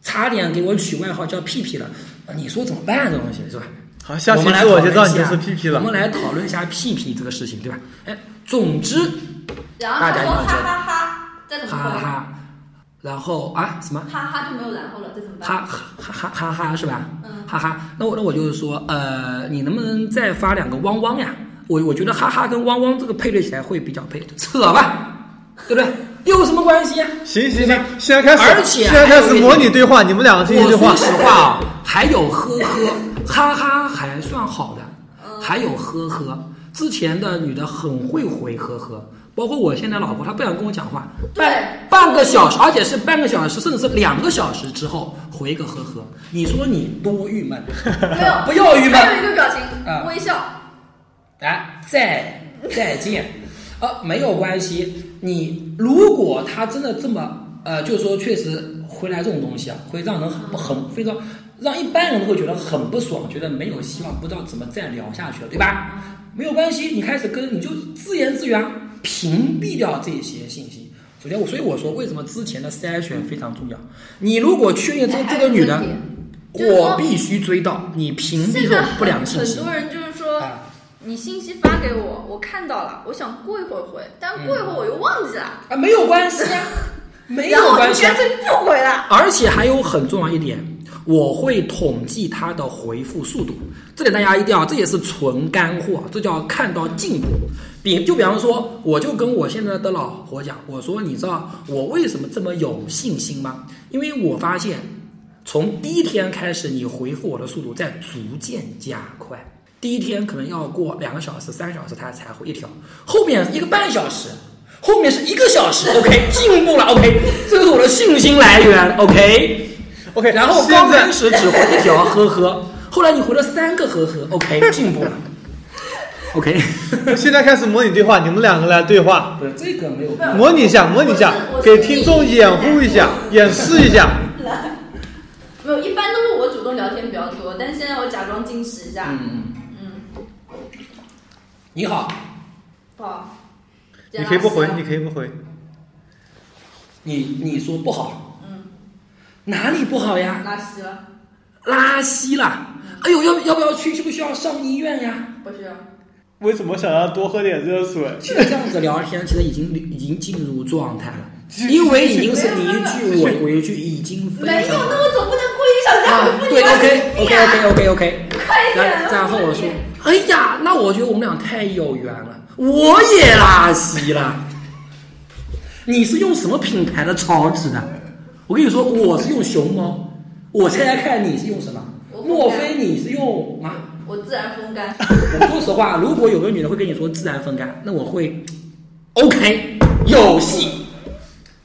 差点给我取外号叫屁屁了。啊你说怎么办、这东西是吧？
好，下期
们来
次我
讨
就
论
知道
一
你
下
是 PP
我
了。
们来讨论一下屁屁这个事情，对吧？哎，总之
然后他
大家
说
一定要
哈
觉
哈哈，再怎
得
么
哈
回？
哈，然后啊什么
哈哈就没有然后了，这怎么办？
哈哈哈哈哈是吧？
嗯，
哈哈，那我那我就是说，呃，你能不能再发两个汪汪呀？我我觉得哈哈跟汪汪这个配对起来会比较配，扯吧，对不对？又有什么关系啊？
行行
对吧
行，现在开始，
而且
现在开
还有
始
一
模拟
点
对话，你们两个进行
我
对话
说。实话啊，还有呵呵，哈哈还算好的，还有呵呵。之前的女的很会回呵呵，包括我现在老婆，她不想跟我讲话，
对
半半个小时，而且是半个小时，甚至是两个小时之后回一个呵呵。你说你多郁闷？
没有，
不要郁闷
还有一个表情，
啊
微笑。
啊，再再见，呃，没有关系。你如果他真的这么，呃，就是说确实回来这种东西啊，会让人很很非常让一般人都会觉得很不爽，觉得没有希望，不知道怎么再聊下去了，对吧？没有关系，你开始跟你就自言自语啊，屏蔽掉这些信息。首先我，所以我说为什么之前的筛选非常重要。你如果确认这这个女的
还有一个问，题就是说
我必须追到，你屏蔽
现
这种
在
不良
很
信息
很。多人就是说，
啊
你信息发给我，我看到了，我想过一会儿回，但过一会儿我又忘记了，
啊，没有关系
*laughs*
啊，没
然
有
后我
关
就
系啊
干。脆不回了。
而且还有很重要一点，我会统计他的回复速度。这点大家一定要，这也是纯干货，这叫看到进步。比就比方说，我就跟我现在的老婆讲，我说你知道我为什么这么有信心吗？因为我发现从第一天开始，你回复我的速度在逐渐加快。第一天可能要过两个小时、三小时，他才回一条，后面一个半小时，后面是一个小时。OK，进 *laughs* 步了。OK，这个是我的信心来源。OK，
OK，
然后
现
刚
在
开始只回一条呵呵，后来你回了三个呵呵。OK，进
*laughs*
步了。OK，
现在开始模拟对话，你们两个来对话，
不是这个没有。
模拟一下，模拟一下
我，是
给听众掩护一下，演示一下。
没有，一般都是我主动聊天比较多，但现在我假装矜持一下，
嗯，
嗯，
你好，
不好。
你可以不回，你
以。
可以不回。
你你说不好，
嗯，
哪里不好呀？
拉稀了，
拉稀了。哎呦，要要不要去？需不需要上医院呀？
不需要。
为什么想要多喝点热水？
现在这样子聊天，其实已经已经进入状态了，
继续
因为已经是你
继续
一句我我一句，已经非
没有，
常
那我总不能故意想让
啊
你，不
对
理我
，OK
你
OK
呀哎
OK OK OK。
快一点啊
然。然后我说
快一点，
哎呀，那我觉得我们俩太有缘了，我也拉稀了。你是用什么品牌的草纸的？我跟你说，我是用熊猫。我猜猜看，你是用什么
我？不
莫
知道
非你是用啊？
我自然风干。
我 *laughs* 说实话，如果有个女的会跟你说自然风干，那我会 OK 有戏。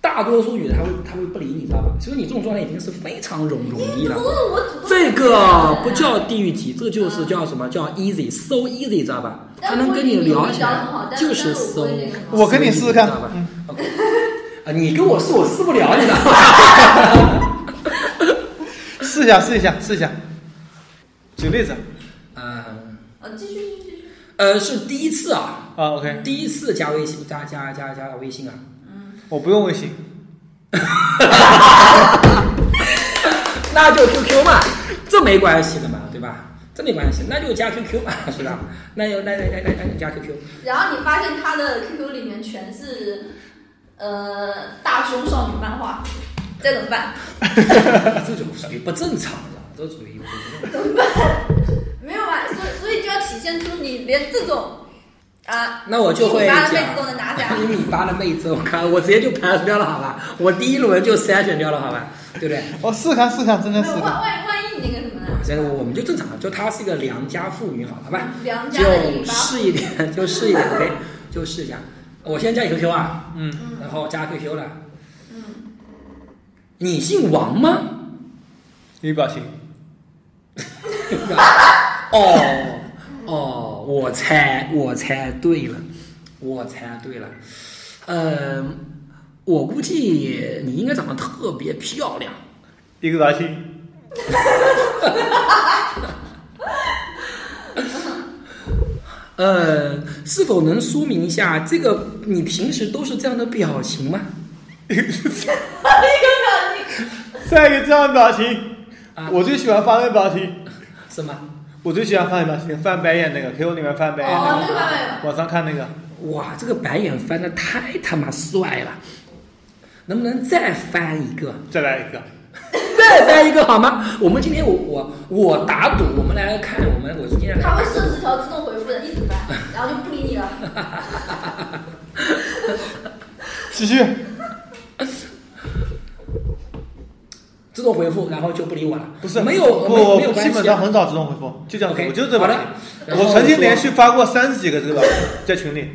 大多数女的她会她会不理你，知道吧？所以你这种状态已经是非常容容易了
不。是我主动。
这个不。叫地狱级，这就是叫什么叫 easy so easy，知道吧？他
但
能跟你
我
聊起来
跟你聊得很好，但
就是是
我
so
不会那个。
我跟你试试看嗯
知道吧？OK 啊，你跟我试，我试不了 *laughs* 你的。
试一下，试一下，试一下。举例子
嗯，
呃，继续继续继续。
呃，是第一次啊，
啊，OK，
第一次加微信，加加加加微信啊。
我不用微信，
那就 QQ 嘛，这没关系的嘛，对吧？这没关系，那就加 QQ 嘛， *laughs* 是吧？那就那那那那那就加 QQ，
然后你发现他的 QQ 里面全是呃大胸少女漫画，这怎么办？
*laughs* 这就属于不正常的，这属于不正常
没有啊，所以所以就要体现出你连这种啊，
那我就会
一米八的
讲
妹子都能拿
*laughs*
下
一米八的妹子，我靠，我直接就排除掉了，好吧？我第一轮就筛选掉了，好吧？对不对？
我哦试看试看，真
没
的
有
试
万
看。
万万一你那个什么呢？ *laughs*
现在我们就正常，就她是一个良家妇女，好好吧？
良家的一米
就
八，
试一点，就试一点，OK，就试一下。哎我先加你 QQ 啊，
嗯，
嗯
然后加 QQ 了。
嗯，
你姓王吗？
语表情。
嗯
哦哦，我猜我猜对了，我猜对了。嗯，我估计你应该长得特别漂亮。
一个表 *laughs* 情，
呃，是否能说明一下这个你平时都是这样的表情吗？
一个表情，
再一个这样的表情
啊，
我最喜欢翻的表情，
是吗？
我最喜欢翻的表情，翻白眼那个，Q 里面翻白眼
哦，
那
那个版本
个，
有。
网上看那个，
哇，这个白眼翻的太他妈帅了，能不能再翻一个？
再来一个。
再翻一个好吗？我们今天我我我打赌，我们来看，我们我今天来
它会设置条自动回复的，一直翻，然后就不理你了。
继续，
自动回复，然后就不理我了。
不是
没有没有
我
没有
基
关系啊
本上很少自动回复，就这样子，
OK，
我就这
好
么
的
提。
然后
我曾经
说
连续发过三十几个这个
*laughs*
老师在群里，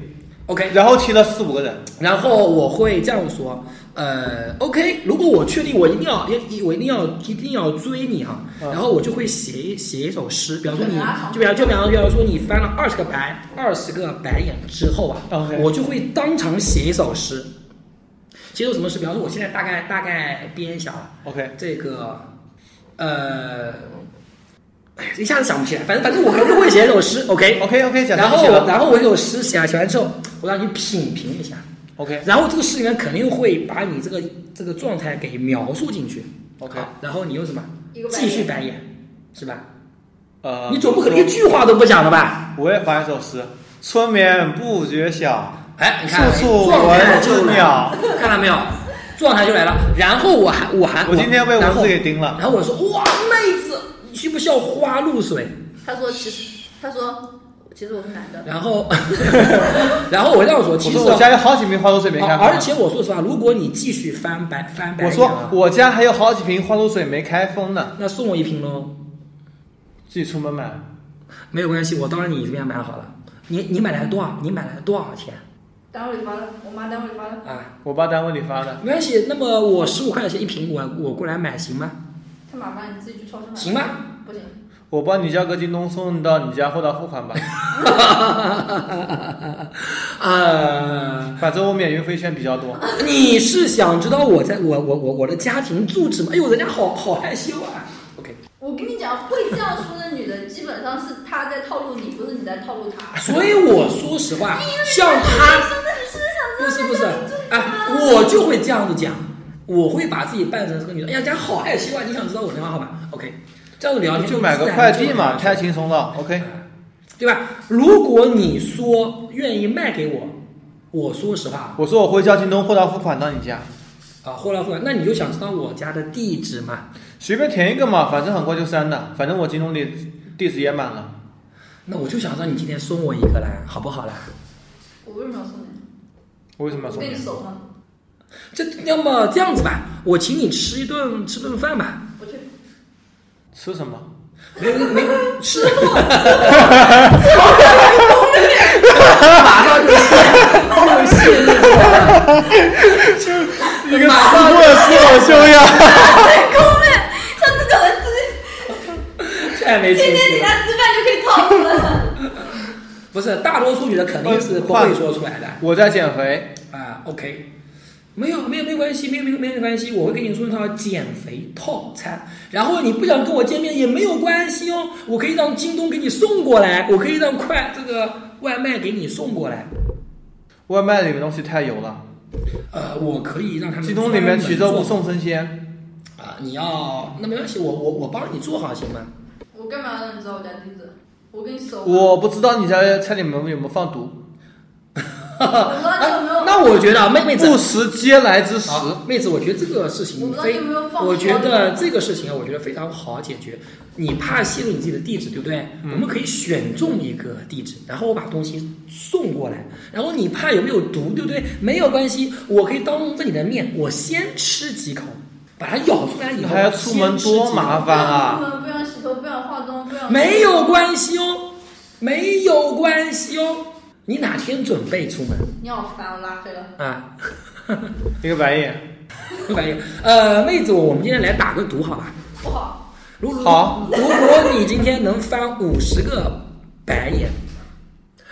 OK，
然后踢了四五个人。
然后我会这样说，呃，OK，如果我确定我一定要，一我一定要一定要追你哈、
嗯
然后我就会写一写一首诗，比方说你
对啊，
就比方就比方比方说你翻了二十个白二十个白眼之后啊
OK
我就会当场写一首诗。写首什么诗？比方说我现在大概大概编一下啊，
OK，
这个，呃，哎一下子想不起来，反正反正我肯定会写一首诗，OK。
OK OK，讲
然
到
后
这
我
了。
然后我有诗写写完之后，我让你品评一下。
OK
然后这个诗里面肯定会把你这个这个状态给描述进去。
OK，
好然后你用什么
一个白眼
继续白眼，是吧？
呃，
你总不可能一句话都不讲了吧？
我也发一首诗：春眠不觉晓，
哎，你
处
看，
处
状态
闻
就
啼
来了，
鸟。
看到没有？状态就来了。然后我还我还
我今天被
然
蚊
后
子给叮了。
然后我说哇，妹子，你需不需要花露水？
他说其实他说其实我是男的，
然后然后我这样说，
我
其实
说我家有好几瓶花露水没开
啊
封，
而且我说实话，如果你继续翻白翻白
我
眼
说
啊，
我家还有好几瓶花露水没开封呢，
那送我一瓶喽。
自己出门买。
没有关系，我到了你这边买好了。你你买来多少？你买来多少钱
单位里发的，我妈单位里发的，
啊？
我爸单位里发的，
没关系，那么我十五块钱一瓶，我我过来买行吗？
太麻烦，你自己去超市买。
行吗？
不行，
我帮你叫个京东送到你家货到付
*laughs*
款吧，
呃，
反正我免运费券比较多。
你是想知道我在我我我我的家庭住址吗？哎呦，人家好好害羞啊。OK，
我跟你讲，会这样说的女的，基本上是她在套路你，不是你在套路她。
所以我说实话，像他
真的，你是
不是不是，哎，我就会这样子讲，我会把自己扮成这个女的。哎呀，人家好害羞啊！你想知道我电话号码？OK，这样子聊天
就买个
自然
快递
就
嘛，
聊
太轻松了。OK，
对吧？如果你说愿意卖给我，我说实话
我说我会叫京东货到付款到你家，
啊，货到付款，那你就想知道我家的地址嘛？
随便填一个嘛，反正很快就删的，反正我京东里地址也满了。
那我就想让你今天送我一个啦，好不好啦？
我为什么要送你？
我为什么要
我
送
跟你
你？
熟吗？
这要么这样子吧，我请你吃一顿吃顿饭吧，
不去。
吃什么？
没没吃，马上就陷就 *laughs* 陷入了
一个吃货是好修呀！
公妹，上次讲的吃，
太哎没
天
出
天
息
请
了。
她吃饭就可以套路了。
不是，大多数女的肯定是不会说出来的。
我在减肥，
啊，OK，没有没有没有关系，没有没有没有关系，我会给你送一套减肥套餐。然后你不想跟我见面也没有关系哦，我可以让京东给你送过来，我可以让快这个外卖给你送过来。
外卖里面东西太油了。
呃，我可以让他们
京东里面衢州
专门
不
做
送生鲜，
啊，你要那没关系，我我我帮你做好行吗？ *laughs*
我干嘛要让你知道我家地址？我跟你熟吗。
我不知道你家菜里面有没有放毒。
我不知道你有没有。
那我觉得啊妹妹子啊
不食嗟来之食，
好，妹子，我觉得这个事情
我不知道
非
有没有，放
我觉
错
得这个事情啊，我觉得非常好解决。你怕泄露你自己的地址，对不对？
嗯
我们可以选中一个地址，然后我把东西送过来。然后你怕有没有毒，对不对？没有关系，我可以当着你的面，我先吃几口，把它咬出来以
你
后，
还要出门多麻
不
烦
想出
啊！
门，不想洗头，不想化妆，不想。
没有关系哦，没有关系哦。你哪天准备出门
你好烦，我拉黑了。
啊？ *laughs*
一个白眼，
不管用。呃，妹子，我们今天来打个赌好吧？
不好，
如如
好，
如果你今天能翻五十个白眼，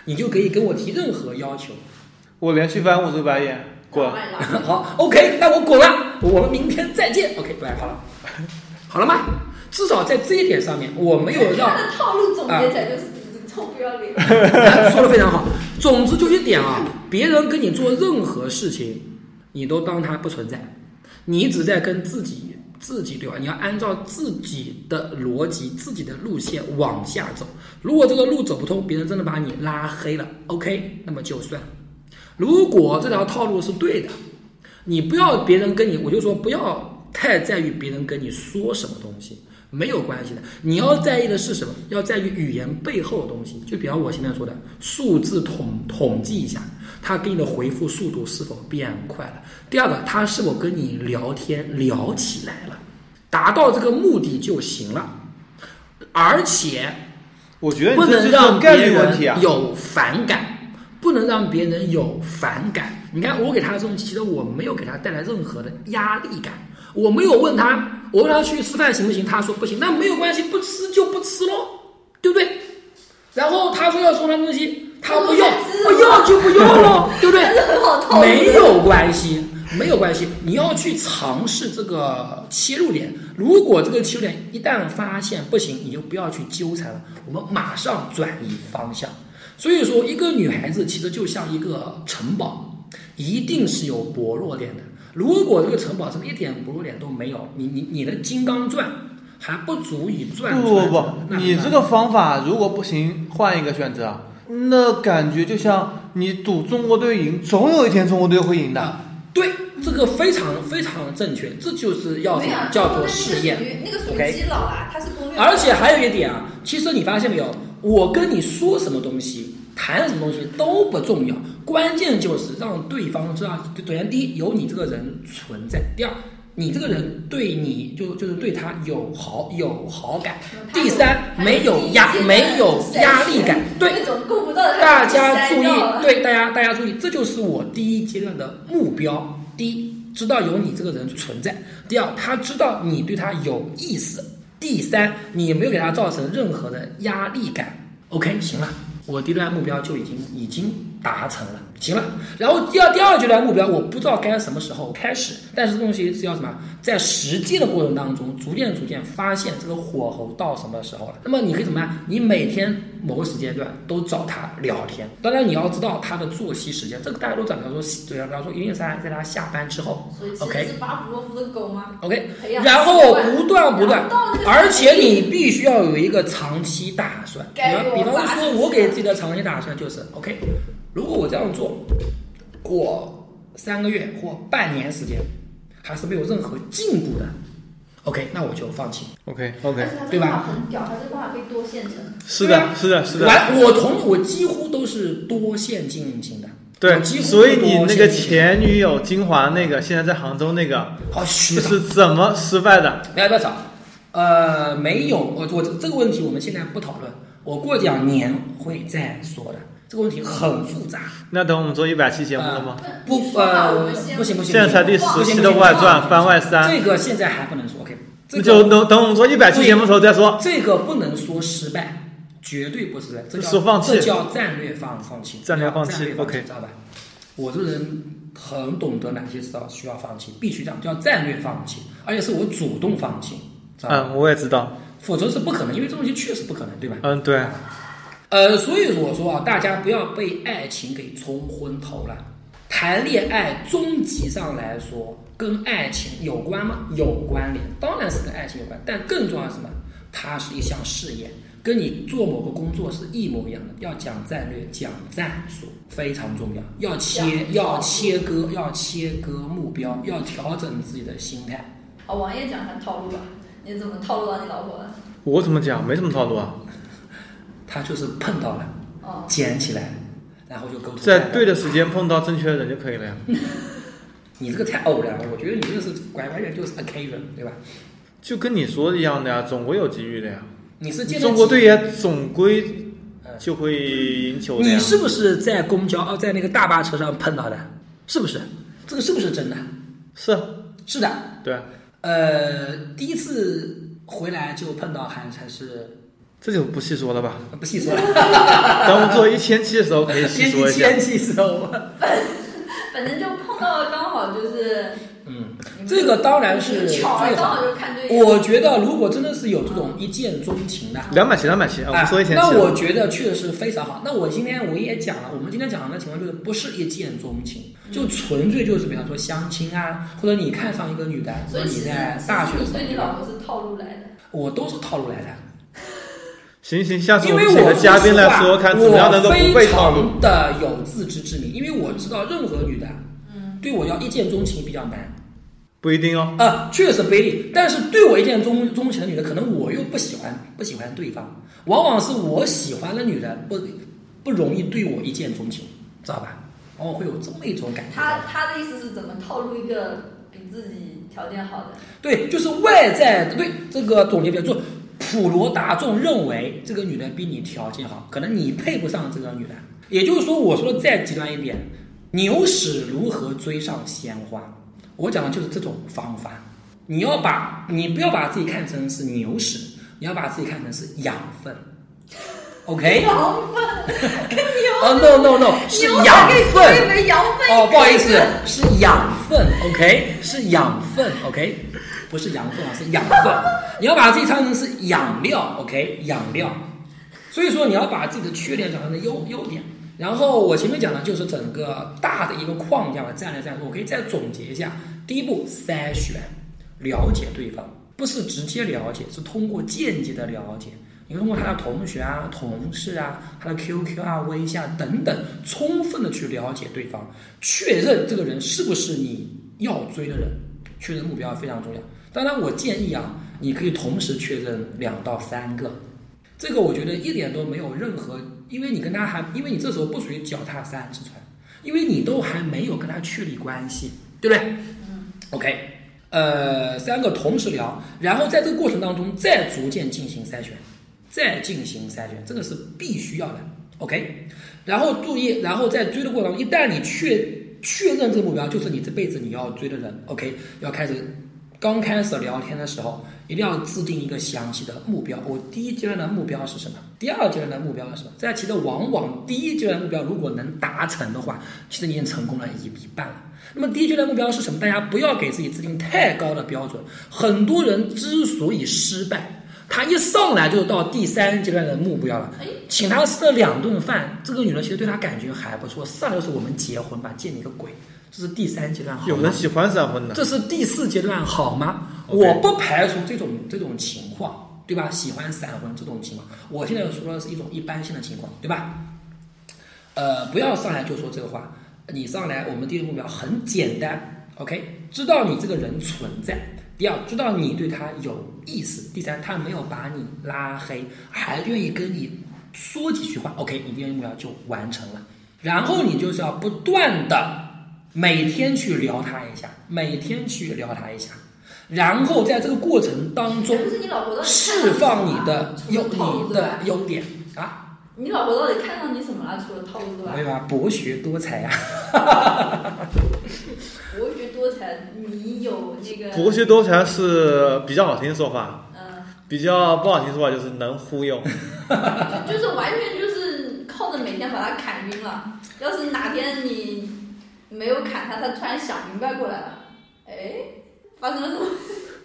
你就可以跟我提任何要求。 *laughs*
我连续翻五十个白眼，滚
我！把你拉黑。
好，OK，那我滚了，我们明天再见。OK，拜，好了，好了吗？至少在这一点上面，我没有让
他的套路总结起来就是你这个臭不要脸。
啊 *laughs* 说的非常好。总之就一点啊，别人跟你做任何事情，你都当它不存在，你只在跟自己自己对话。你要按照自己的逻辑、自己的路线往下走。如果这个路走不通，别人真的把你拉黑了，OK，那么就算了。如果这条套路是对的，你不要别人跟你，我就说不要太在意别人跟你说什么东西，没有关系的。你要在意的是什么？要在意语言背后的东西。就比方我前面说的，数字统统计一下，他给你的回复速度是否变快了？第二个，他是否跟你聊天聊起来了？达到这个目的就行了，而且
我觉得
不
你这
能
就是
让
概
别
率问题啊
人。有反感，不能让别人有反感。你看我给他的东西，其实我没有给他带来任何的压力感，我没有问他，我问他去吃饭行不行，他说不行，那没有关系，不吃就不吃喽，对不对？然后他说要送他东西，他不要，不要就不 *laughs* 要喽，对不对？
很好痛。
*laughs* 没有关系，没有关系。你要去尝试这个切入点，如果这个切入点一旦发现不行，你就不要去纠缠了，我们马上转移方向。所以说，一个女孩子其实就像一个城堡，一定是有薄弱点的。如果这个城堡上面一点薄弱点都没有，你你你的金刚钻还不足以转
不
出来
不不，
那
你
那
这个方法如果不行，换一个选择，啊那感觉就像你赌中国队赢，总有一天中国队会赢的。
对这个非常非常正确，这就是要什
没有
啊
么叫做试验。
那个属于那
OK
个属于基佬啦，啊他是攻略。
而且还有一点啊，其实你发现没有，我跟你说什么东西，谈什么东西都不重要，关键就是让对方知道，首先第一有你这个人存在，第二你这个人对你就就是对他有好有好感，第三
他
没有
第一
压
阶段
没有
筛选
压力感，对，
那种够不到的
大
他就
家注
筛
意
掉，了
对大家大家注意，这就是我第一阶段的目标。第一，知道有你这个人存在；第二，他知道你对他有意思；第三，你没有给他造成任何的压力感。OK，行了，我第一阶段目标就已经已经达成了，行了。然后第二第二阶段目标，我不知道该什么时候开始，但是这东西是要什么，在实践的过程当中，逐渐逐渐发现这个火候到什么时候了。那么你可以怎么样？你每天某个时间段都找他聊天，当然你要知道他的作息时间，这个大家都讲，比方说，对啊，比方说一定是在在他下班之后
所以其实
，OK
是巴甫洛夫的狗吗？
OK，
培养
然
习
后
惯
不断不断
然后到那个，
而且你必须要有一个长期打算。比
该
方
有
比方
发
说，
展
我给自己的长期打算就是 OK，如果我这样做，过三个月或半年时间还是没有任何进步的，OK，那我就放弃。
OK
而
OK，
且他这
对
个
吧
方法很屌，他这个方法可以多线程。
是
对
的，
啊
是的，是的，
完，我同我几乎都是多线进行的，我
对，
几乎
所以
都多
你那
线
个
进行
前女友金华那个，现在在杭州那个，
好虚
你 *laughs*
的
是怎么失败的？
不要不要吵，呃，没有，我我这个问题我们现在不讨论，我过两年会再说的。这个问题很复杂，
那等我们做一百期节目了吗？
不
你说吧
呃
我们先
不行不行，
现在才第
不
十期
行不
的
行
外传番外三，
这个现在还不能说，OK，这
那就
个
等等我们做一百期节目的时候再说。
这个不能说失败，绝对不失败，这叫
说放弃
这叫战略放放弃，
战略放弃
战略
OK
知道吧？我这个人很懂得哪些是要需要放弃，必须这样，叫战略放弃，而且是我主动放弃，知道吧？
嗯，我也知道。
否则是不可能，因为这东西确实不可能，对吧？
嗯，对，
呃，所以我说啊，大家不要被爱情给冲昏头了。谈恋爱终极上来说，跟爱情有关吗？有关联，当然是跟爱情有关。但更重要的是什么？它是一项事业，跟你做某个工作是一模一样的。要讲战略，讲战术，非常重要。要切，要切割，要切割目标，要调整自己的心态。
好，哦王爷讲他套路吧，你怎么套路到你老婆的？
我怎么讲？没什么套路啊，
他就是碰到了，
哦，
捡起来，然后就沟通。
在对的时间碰到正确的人就可以了呀。
你这个太偶然了，我觉得你这个是拐完人就是 occasion，对吧？
就跟你说的一样的呀，总归有机遇的呀。
你是见到
中国队也总归
嗯
就会赢球的呀
你。是不是在公交哦，在那个大巴车上碰到的？是不是？这个是不是真的？
是，啊
是的。
对，啊
呃，第一次回来就碰到还还是
这就不细说了吧。
呃不细说了，
等我们做一千期的时候可以细
先
说一下。
*laughs* 先细说。
反正就碰到了，刚好就是
嗯，这个当然是最
巧了，刚好
好。
就看对眼。
我觉得如果真的是有这种一见钟情的，
两百期，两百期，啊我们说一千期。
那我觉得确实是非常好。那我今天我也讲了，我们今天讲的情况就是不是一见钟情，就纯粹就是比方说相亲啊，或者你看上一个女的，或
所
者
以其
你
实
在大学
其
的时
实
候，
对你老婆是套路来的。
我都是套路来的。
行行，下次
因
我
为
们
我
请个
说
嘉宾
实
来
话
说，看怎么样能够
我
不
非
被套路。
常的有自知之明，因为我知道任何女的，
嗯
对我要一见钟情比较难。
不一定哦。
啊，确实卑劣，但是对我一见钟钟情的女的，可能我又不喜欢，不喜欢对方，往往是我喜欢的女的不不容易对我一见钟情，知道吧？往往会有这么一种感觉。
他他的意思是怎么套路一个比自己条件好的，
对，就是外在对这个总结比较重。普罗大众认为这个女人比你条件好，可能你配不上这个女人。也就是说，我说的再极端一点，牛屎如何追上鲜花？我讲的就是这种方法。你要把你不要把自己看成是牛屎，你要把自己看成是养分。OK？
羊粪跟牛
哎哦、n o no no，是
牛
养
才可以
分。
归为羊粪
哦，不好意思，是养分，OK，是养分，OK，不是羊粪啊，是 *laughs* 养分。你要把自己当成是养料，OK，养料。所以说你要把自己的缺点转换成优优点。然后我前面讲的就是整个大的一个框架和战略战术，我可以再总结一下。第一步，筛选，了解对方，不是直接了解，是通过间接的了解。你通过他的同学啊、同事啊、他的 QQ 啊、微信啊等等，充分的去了解对方，确认这个人是不是你要追的人，确认目标非常重要。当然，我建议啊，你可以同时确认两到三个，这个我觉得一点都没有任何，因为你跟他还，因为你这时候不属于脚踏三尺船，因为你都还没有跟他确立关系，对不对？嗯。OK，呃，三个同时聊，然后在这个过程当中再逐渐进行筛选。再进行筛选，这个是必须要的。OK，然后注意，然后在追的过程中，一旦你确确认这个目标就是你这辈子你要追的人，OK，要开始刚开始聊天的时候，一定要制定一个详细的目标。我第一阶段的目标是什么？第二阶段的目标是什么？在其实往往第一阶段的目标如果能达成的话，其实你已经成功了一一半了。那么第一阶段目标是什么？大家不要给自己制定太高的标准。很多人之所以失败。他一上来就到第三阶段的目标了，
哎
请他吃了两顿饭，这个女人其实对他感觉还不错，上来就是我们结婚吧，见你个鬼，这是第三阶段好吗？
有人喜欢闪婚的，
这是第四阶段好吗？
OK
我不排除这种这种情况，对吧？喜欢闪婚这种情况，我现在说的是一种一般性的情况，对吧？呃，不要上来就说这个话，你上来我们第一个目标很简单，OK，知道你这个人存在。第二，知道你对他有意思；第三，他没有把你拉黑，还愿意跟你说几句话，OK，你第一个目标就完成了。然后你就是要不断的每天去聊他一下，每天去聊他一下，然后在这个过程当中
不是你老婆到底看
释
上
放
你
你
什么
的
了除
优
了套路
你
之
的
外，
优点啊，
你老婆到底看上你什么了？除了套路之
没
外，
有啊，博学多才啊，
博学多才，你有那个
博学多才是比较好听的说法，
嗯，
比较不好听的说法就是能忽
*laughs*
悠。
就就是完全就是靠着每天把他砍晕了。要是哪天你没有砍他，他突然想明白过来了，哎，发生了什么？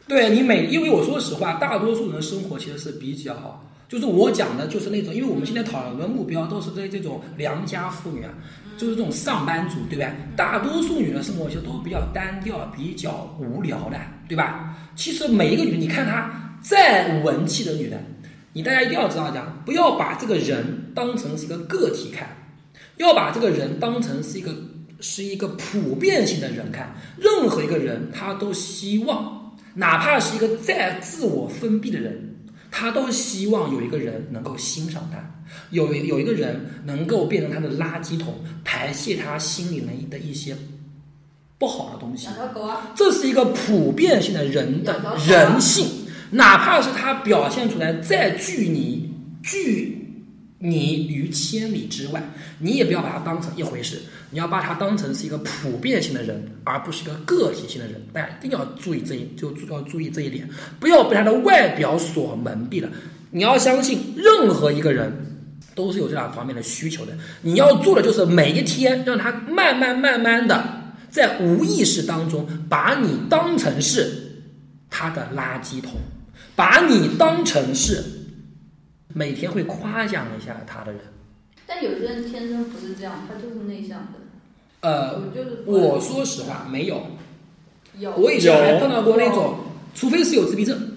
对你每，因为我说实话，大多数人生活其实是比较，就是我讲的就是那种，因为我们现在讨论的目标都是这这种良家妇女啊，就是这种上班族，对不对？大多数女人生活其实都比较单调、比较无聊的，对吧？其实每一个女人，你看她再文气的女人，你大家一定要知道讲，不要把这个人当成是一个个体看，要把这个人当成是一个是一个普遍性的人看，任何一个人他都希望，哪怕是一个再自我封闭的人，他都希望有一个人能够欣赏他，有有一个人能够变成他的垃圾桶，排泄他心里面的一些不好的东西
养。条狗啊，
这是一个普遍性的人的人性，哪怕是他表现出来再拒你拒你于千里之外，你也不要把它当成一回事，你要把它当成是一个普遍性的人，而不是一个个体性的人。大家一定要注意这一，就要注意这一点，不要被他的外表所蒙蔽了。你要相信，任何一个人都是有这两方面的需求的。你要做的就是每一天让他慢慢慢慢的在无意识当中把你当成是他的垃圾桶，把你当成是每天会夸奖一下他的人。
但有些人天生不是这样，他就是内向的。
呃，
我就是不
我说实话，没有，
有
我以前
有
还碰到过那种，除非是有自闭症。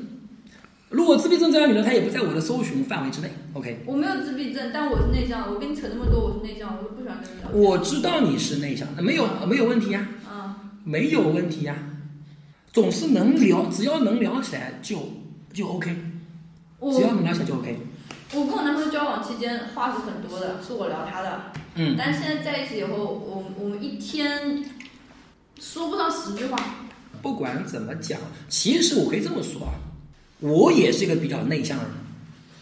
如果自闭症这样的女人，她也不在我的搜寻范围之内。OK，
我没有自闭症，但我是内向。我跟你扯那么多，我是内向，我就不喜欢跟你聊天。
我知道你是内向，没有没有问题呀、
嗯，
没有问题呀、总是能聊，只要能聊起来就就 OK，
我
只要能聊起来就 OK。
我跟我男朋友交往期间话是很多的，是我聊他的。
嗯，
但是现在在一起以后，我我们一天说不上十句话，
不管怎么讲，其实我可以这么说啊，我也是一个比较内向的人。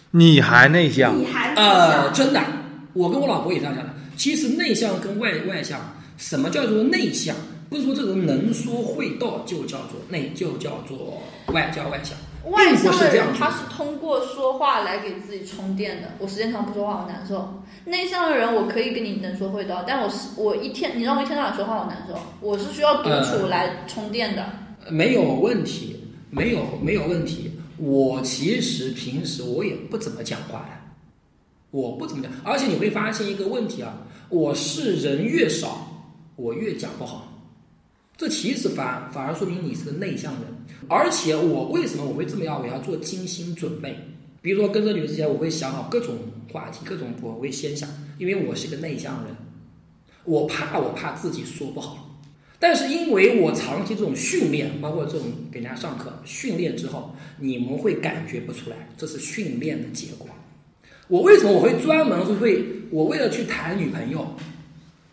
你还内向？
你还是
呃，
想
真的，我跟我老婆也这样讲的。其实内向跟外外向，什么叫做内向？不是说这个人能说会道就叫做内，就叫做外叫外向，
外
并
向
不是
的
这
人
样子
他。是通过说话来给自己充电的。我时间长不说话，我难受。内向的人，我可以跟你能说会道，但我是我一天，你让我一天到晚说话，我难受。我是需要独处来充电的。
没有问题，没有没有问题。我其实平时我也不怎么讲话的，我不怎么讲。而且你会发现一个问题啊，我是人越少，我越讲不好。这其实反反而说明你是个内向人。而且我为什么我会这么样？我要做精心准备。比如说跟这女的之前，我会想好各种话题、各种我会先想，因为我是个内向人，我怕我怕自己说不好。但是因为我长期这种训练，包括这种给人家上课训练之后，你们会感觉不出来，这是训练的结果。我为什么我会专门会会，我为了去谈女朋友，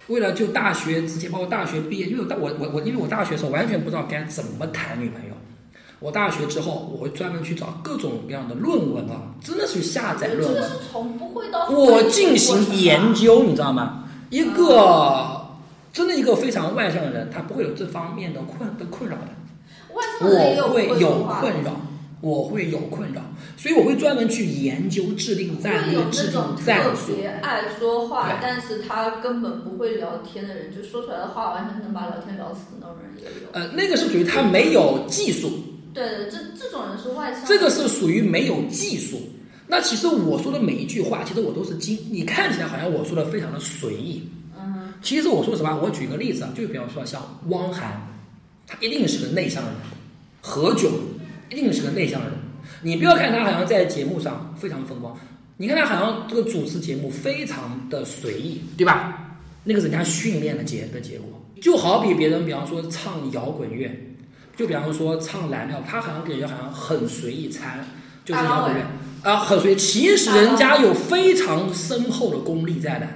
为了就大学直接包括大学毕业，因为我大我我我因为我大学的时候完全不知道该怎么谈女朋友。我大学之后，我会专门去找各种各样的论文啊，真的去下载论
这
文
个。是从不会到
我
会的
进行
啊
研究，你知道吗？一个真的一个非常外向的人，他不会有这方面的困的困扰的。
过程，外向的人也不
我会有
说话
困扰，我会有困扰，所以我会专门去研究制定战
会
略
有、那
制定
种
战
特
术。
别爱说话
对，
但是他根本不会聊天的人，就说出来的话完全能把聊天聊死那种人也有。
呃，那个是属于他没有技术，
对，这这种人是外向的。
这个是属于没有技术。那其实我说的每一句话，其实我都是经，你看起来好像我说的非常的随意，
嗯，
其实我说实话，我举个例子啊，就比方说像汪涵，他一定是个内向人；何炅一定是个内向人。你不要看他好像在节目上非常风光，你看他好像这个主持节目非常的随意，对吧？那个是人家训练的结的结果。就好比别人，比方说唱摇滚乐，就比方说唱蓝调，他好像给人好像很随意参，就是摇滚乐啊，很随意。其实人家有非常深厚的功力在的。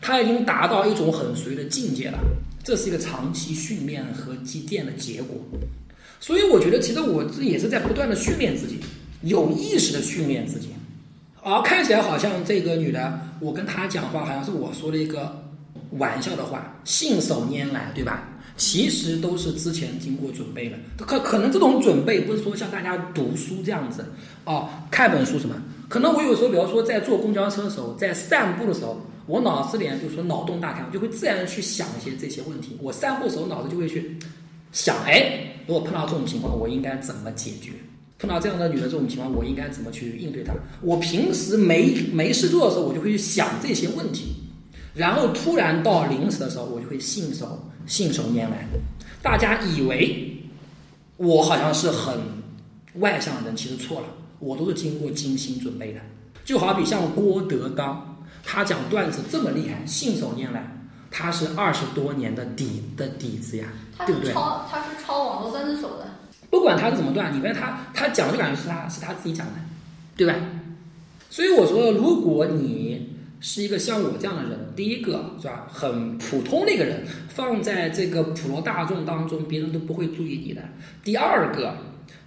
他已经达到一种很随的境界了，这是一个长期训练和积淀的结果。所以我觉得，其实我自己也是在不断的训练自己，有意识的训练自己。而啊看起来好像这个女的，我跟她讲话好像是我说了一个玩笑的话，信手拈来，对吧？其实都是之前经过准备的，可可能这种准备不是说像大家读书这样子哦，看本书什么。可能我有时候，比方说在坐公交车的时候，在散步的时候，我脑子里面就是说脑洞大开，我就会自然地去想一些这些问题。我散步的时候，脑子就会去想，哎，如果碰到这种情况，我应该怎么解决？碰到这样的女的这种情况，我应该怎么去应对她？我平时没没事做的时候，我就会去想这些问题，然后突然到临时的时候，我就会信手信手拈来。大家以为我好像是很外向的人，其实错了，我都是经过精心准备的。就好比像郭德纲，他讲段子这么厉害，信手拈来，他是二十多年的底的底子呀，
他
对不对
是？抄他是抄网络段子手的，
不管他是怎么断，你问他，他讲就感觉是他是他自己讲的，对吧？所以我说，如果你是一个像我这样的人，第一个是吧，很普通的一个人，放在这个普罗大众当中，别人都不会注意你的。第二个，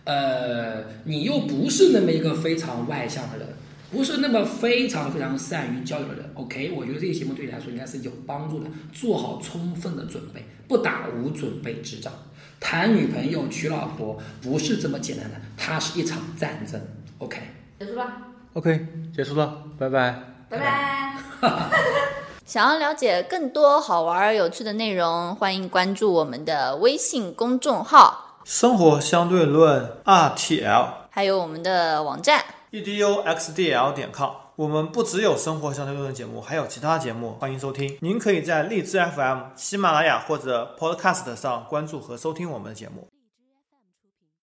呃，你又不是那么一个非常外向的人，不是那么非常非常善于交友的人。OK，我觉得这个节目对你来说应该是有帮助的，做好充分的准备，不打无准备之仗。谈女朋友、娶老婆不是这么简单的，它是一场战争。OK，
结束吧，
OK，结束了，拜拜。
拜拜。
想要了解更多好玩儿有趣的内容，欢迎关注我们的微信公众号，
生活相对论 RTL
还有我们的网站。
，E eduxdl 点 com。我们不只有生活相对论的节目，还有其他节目，欢迎收听。您可以在荔枝 FM、喜马拉雅或者 Podcast 上关注和收听我们的节目。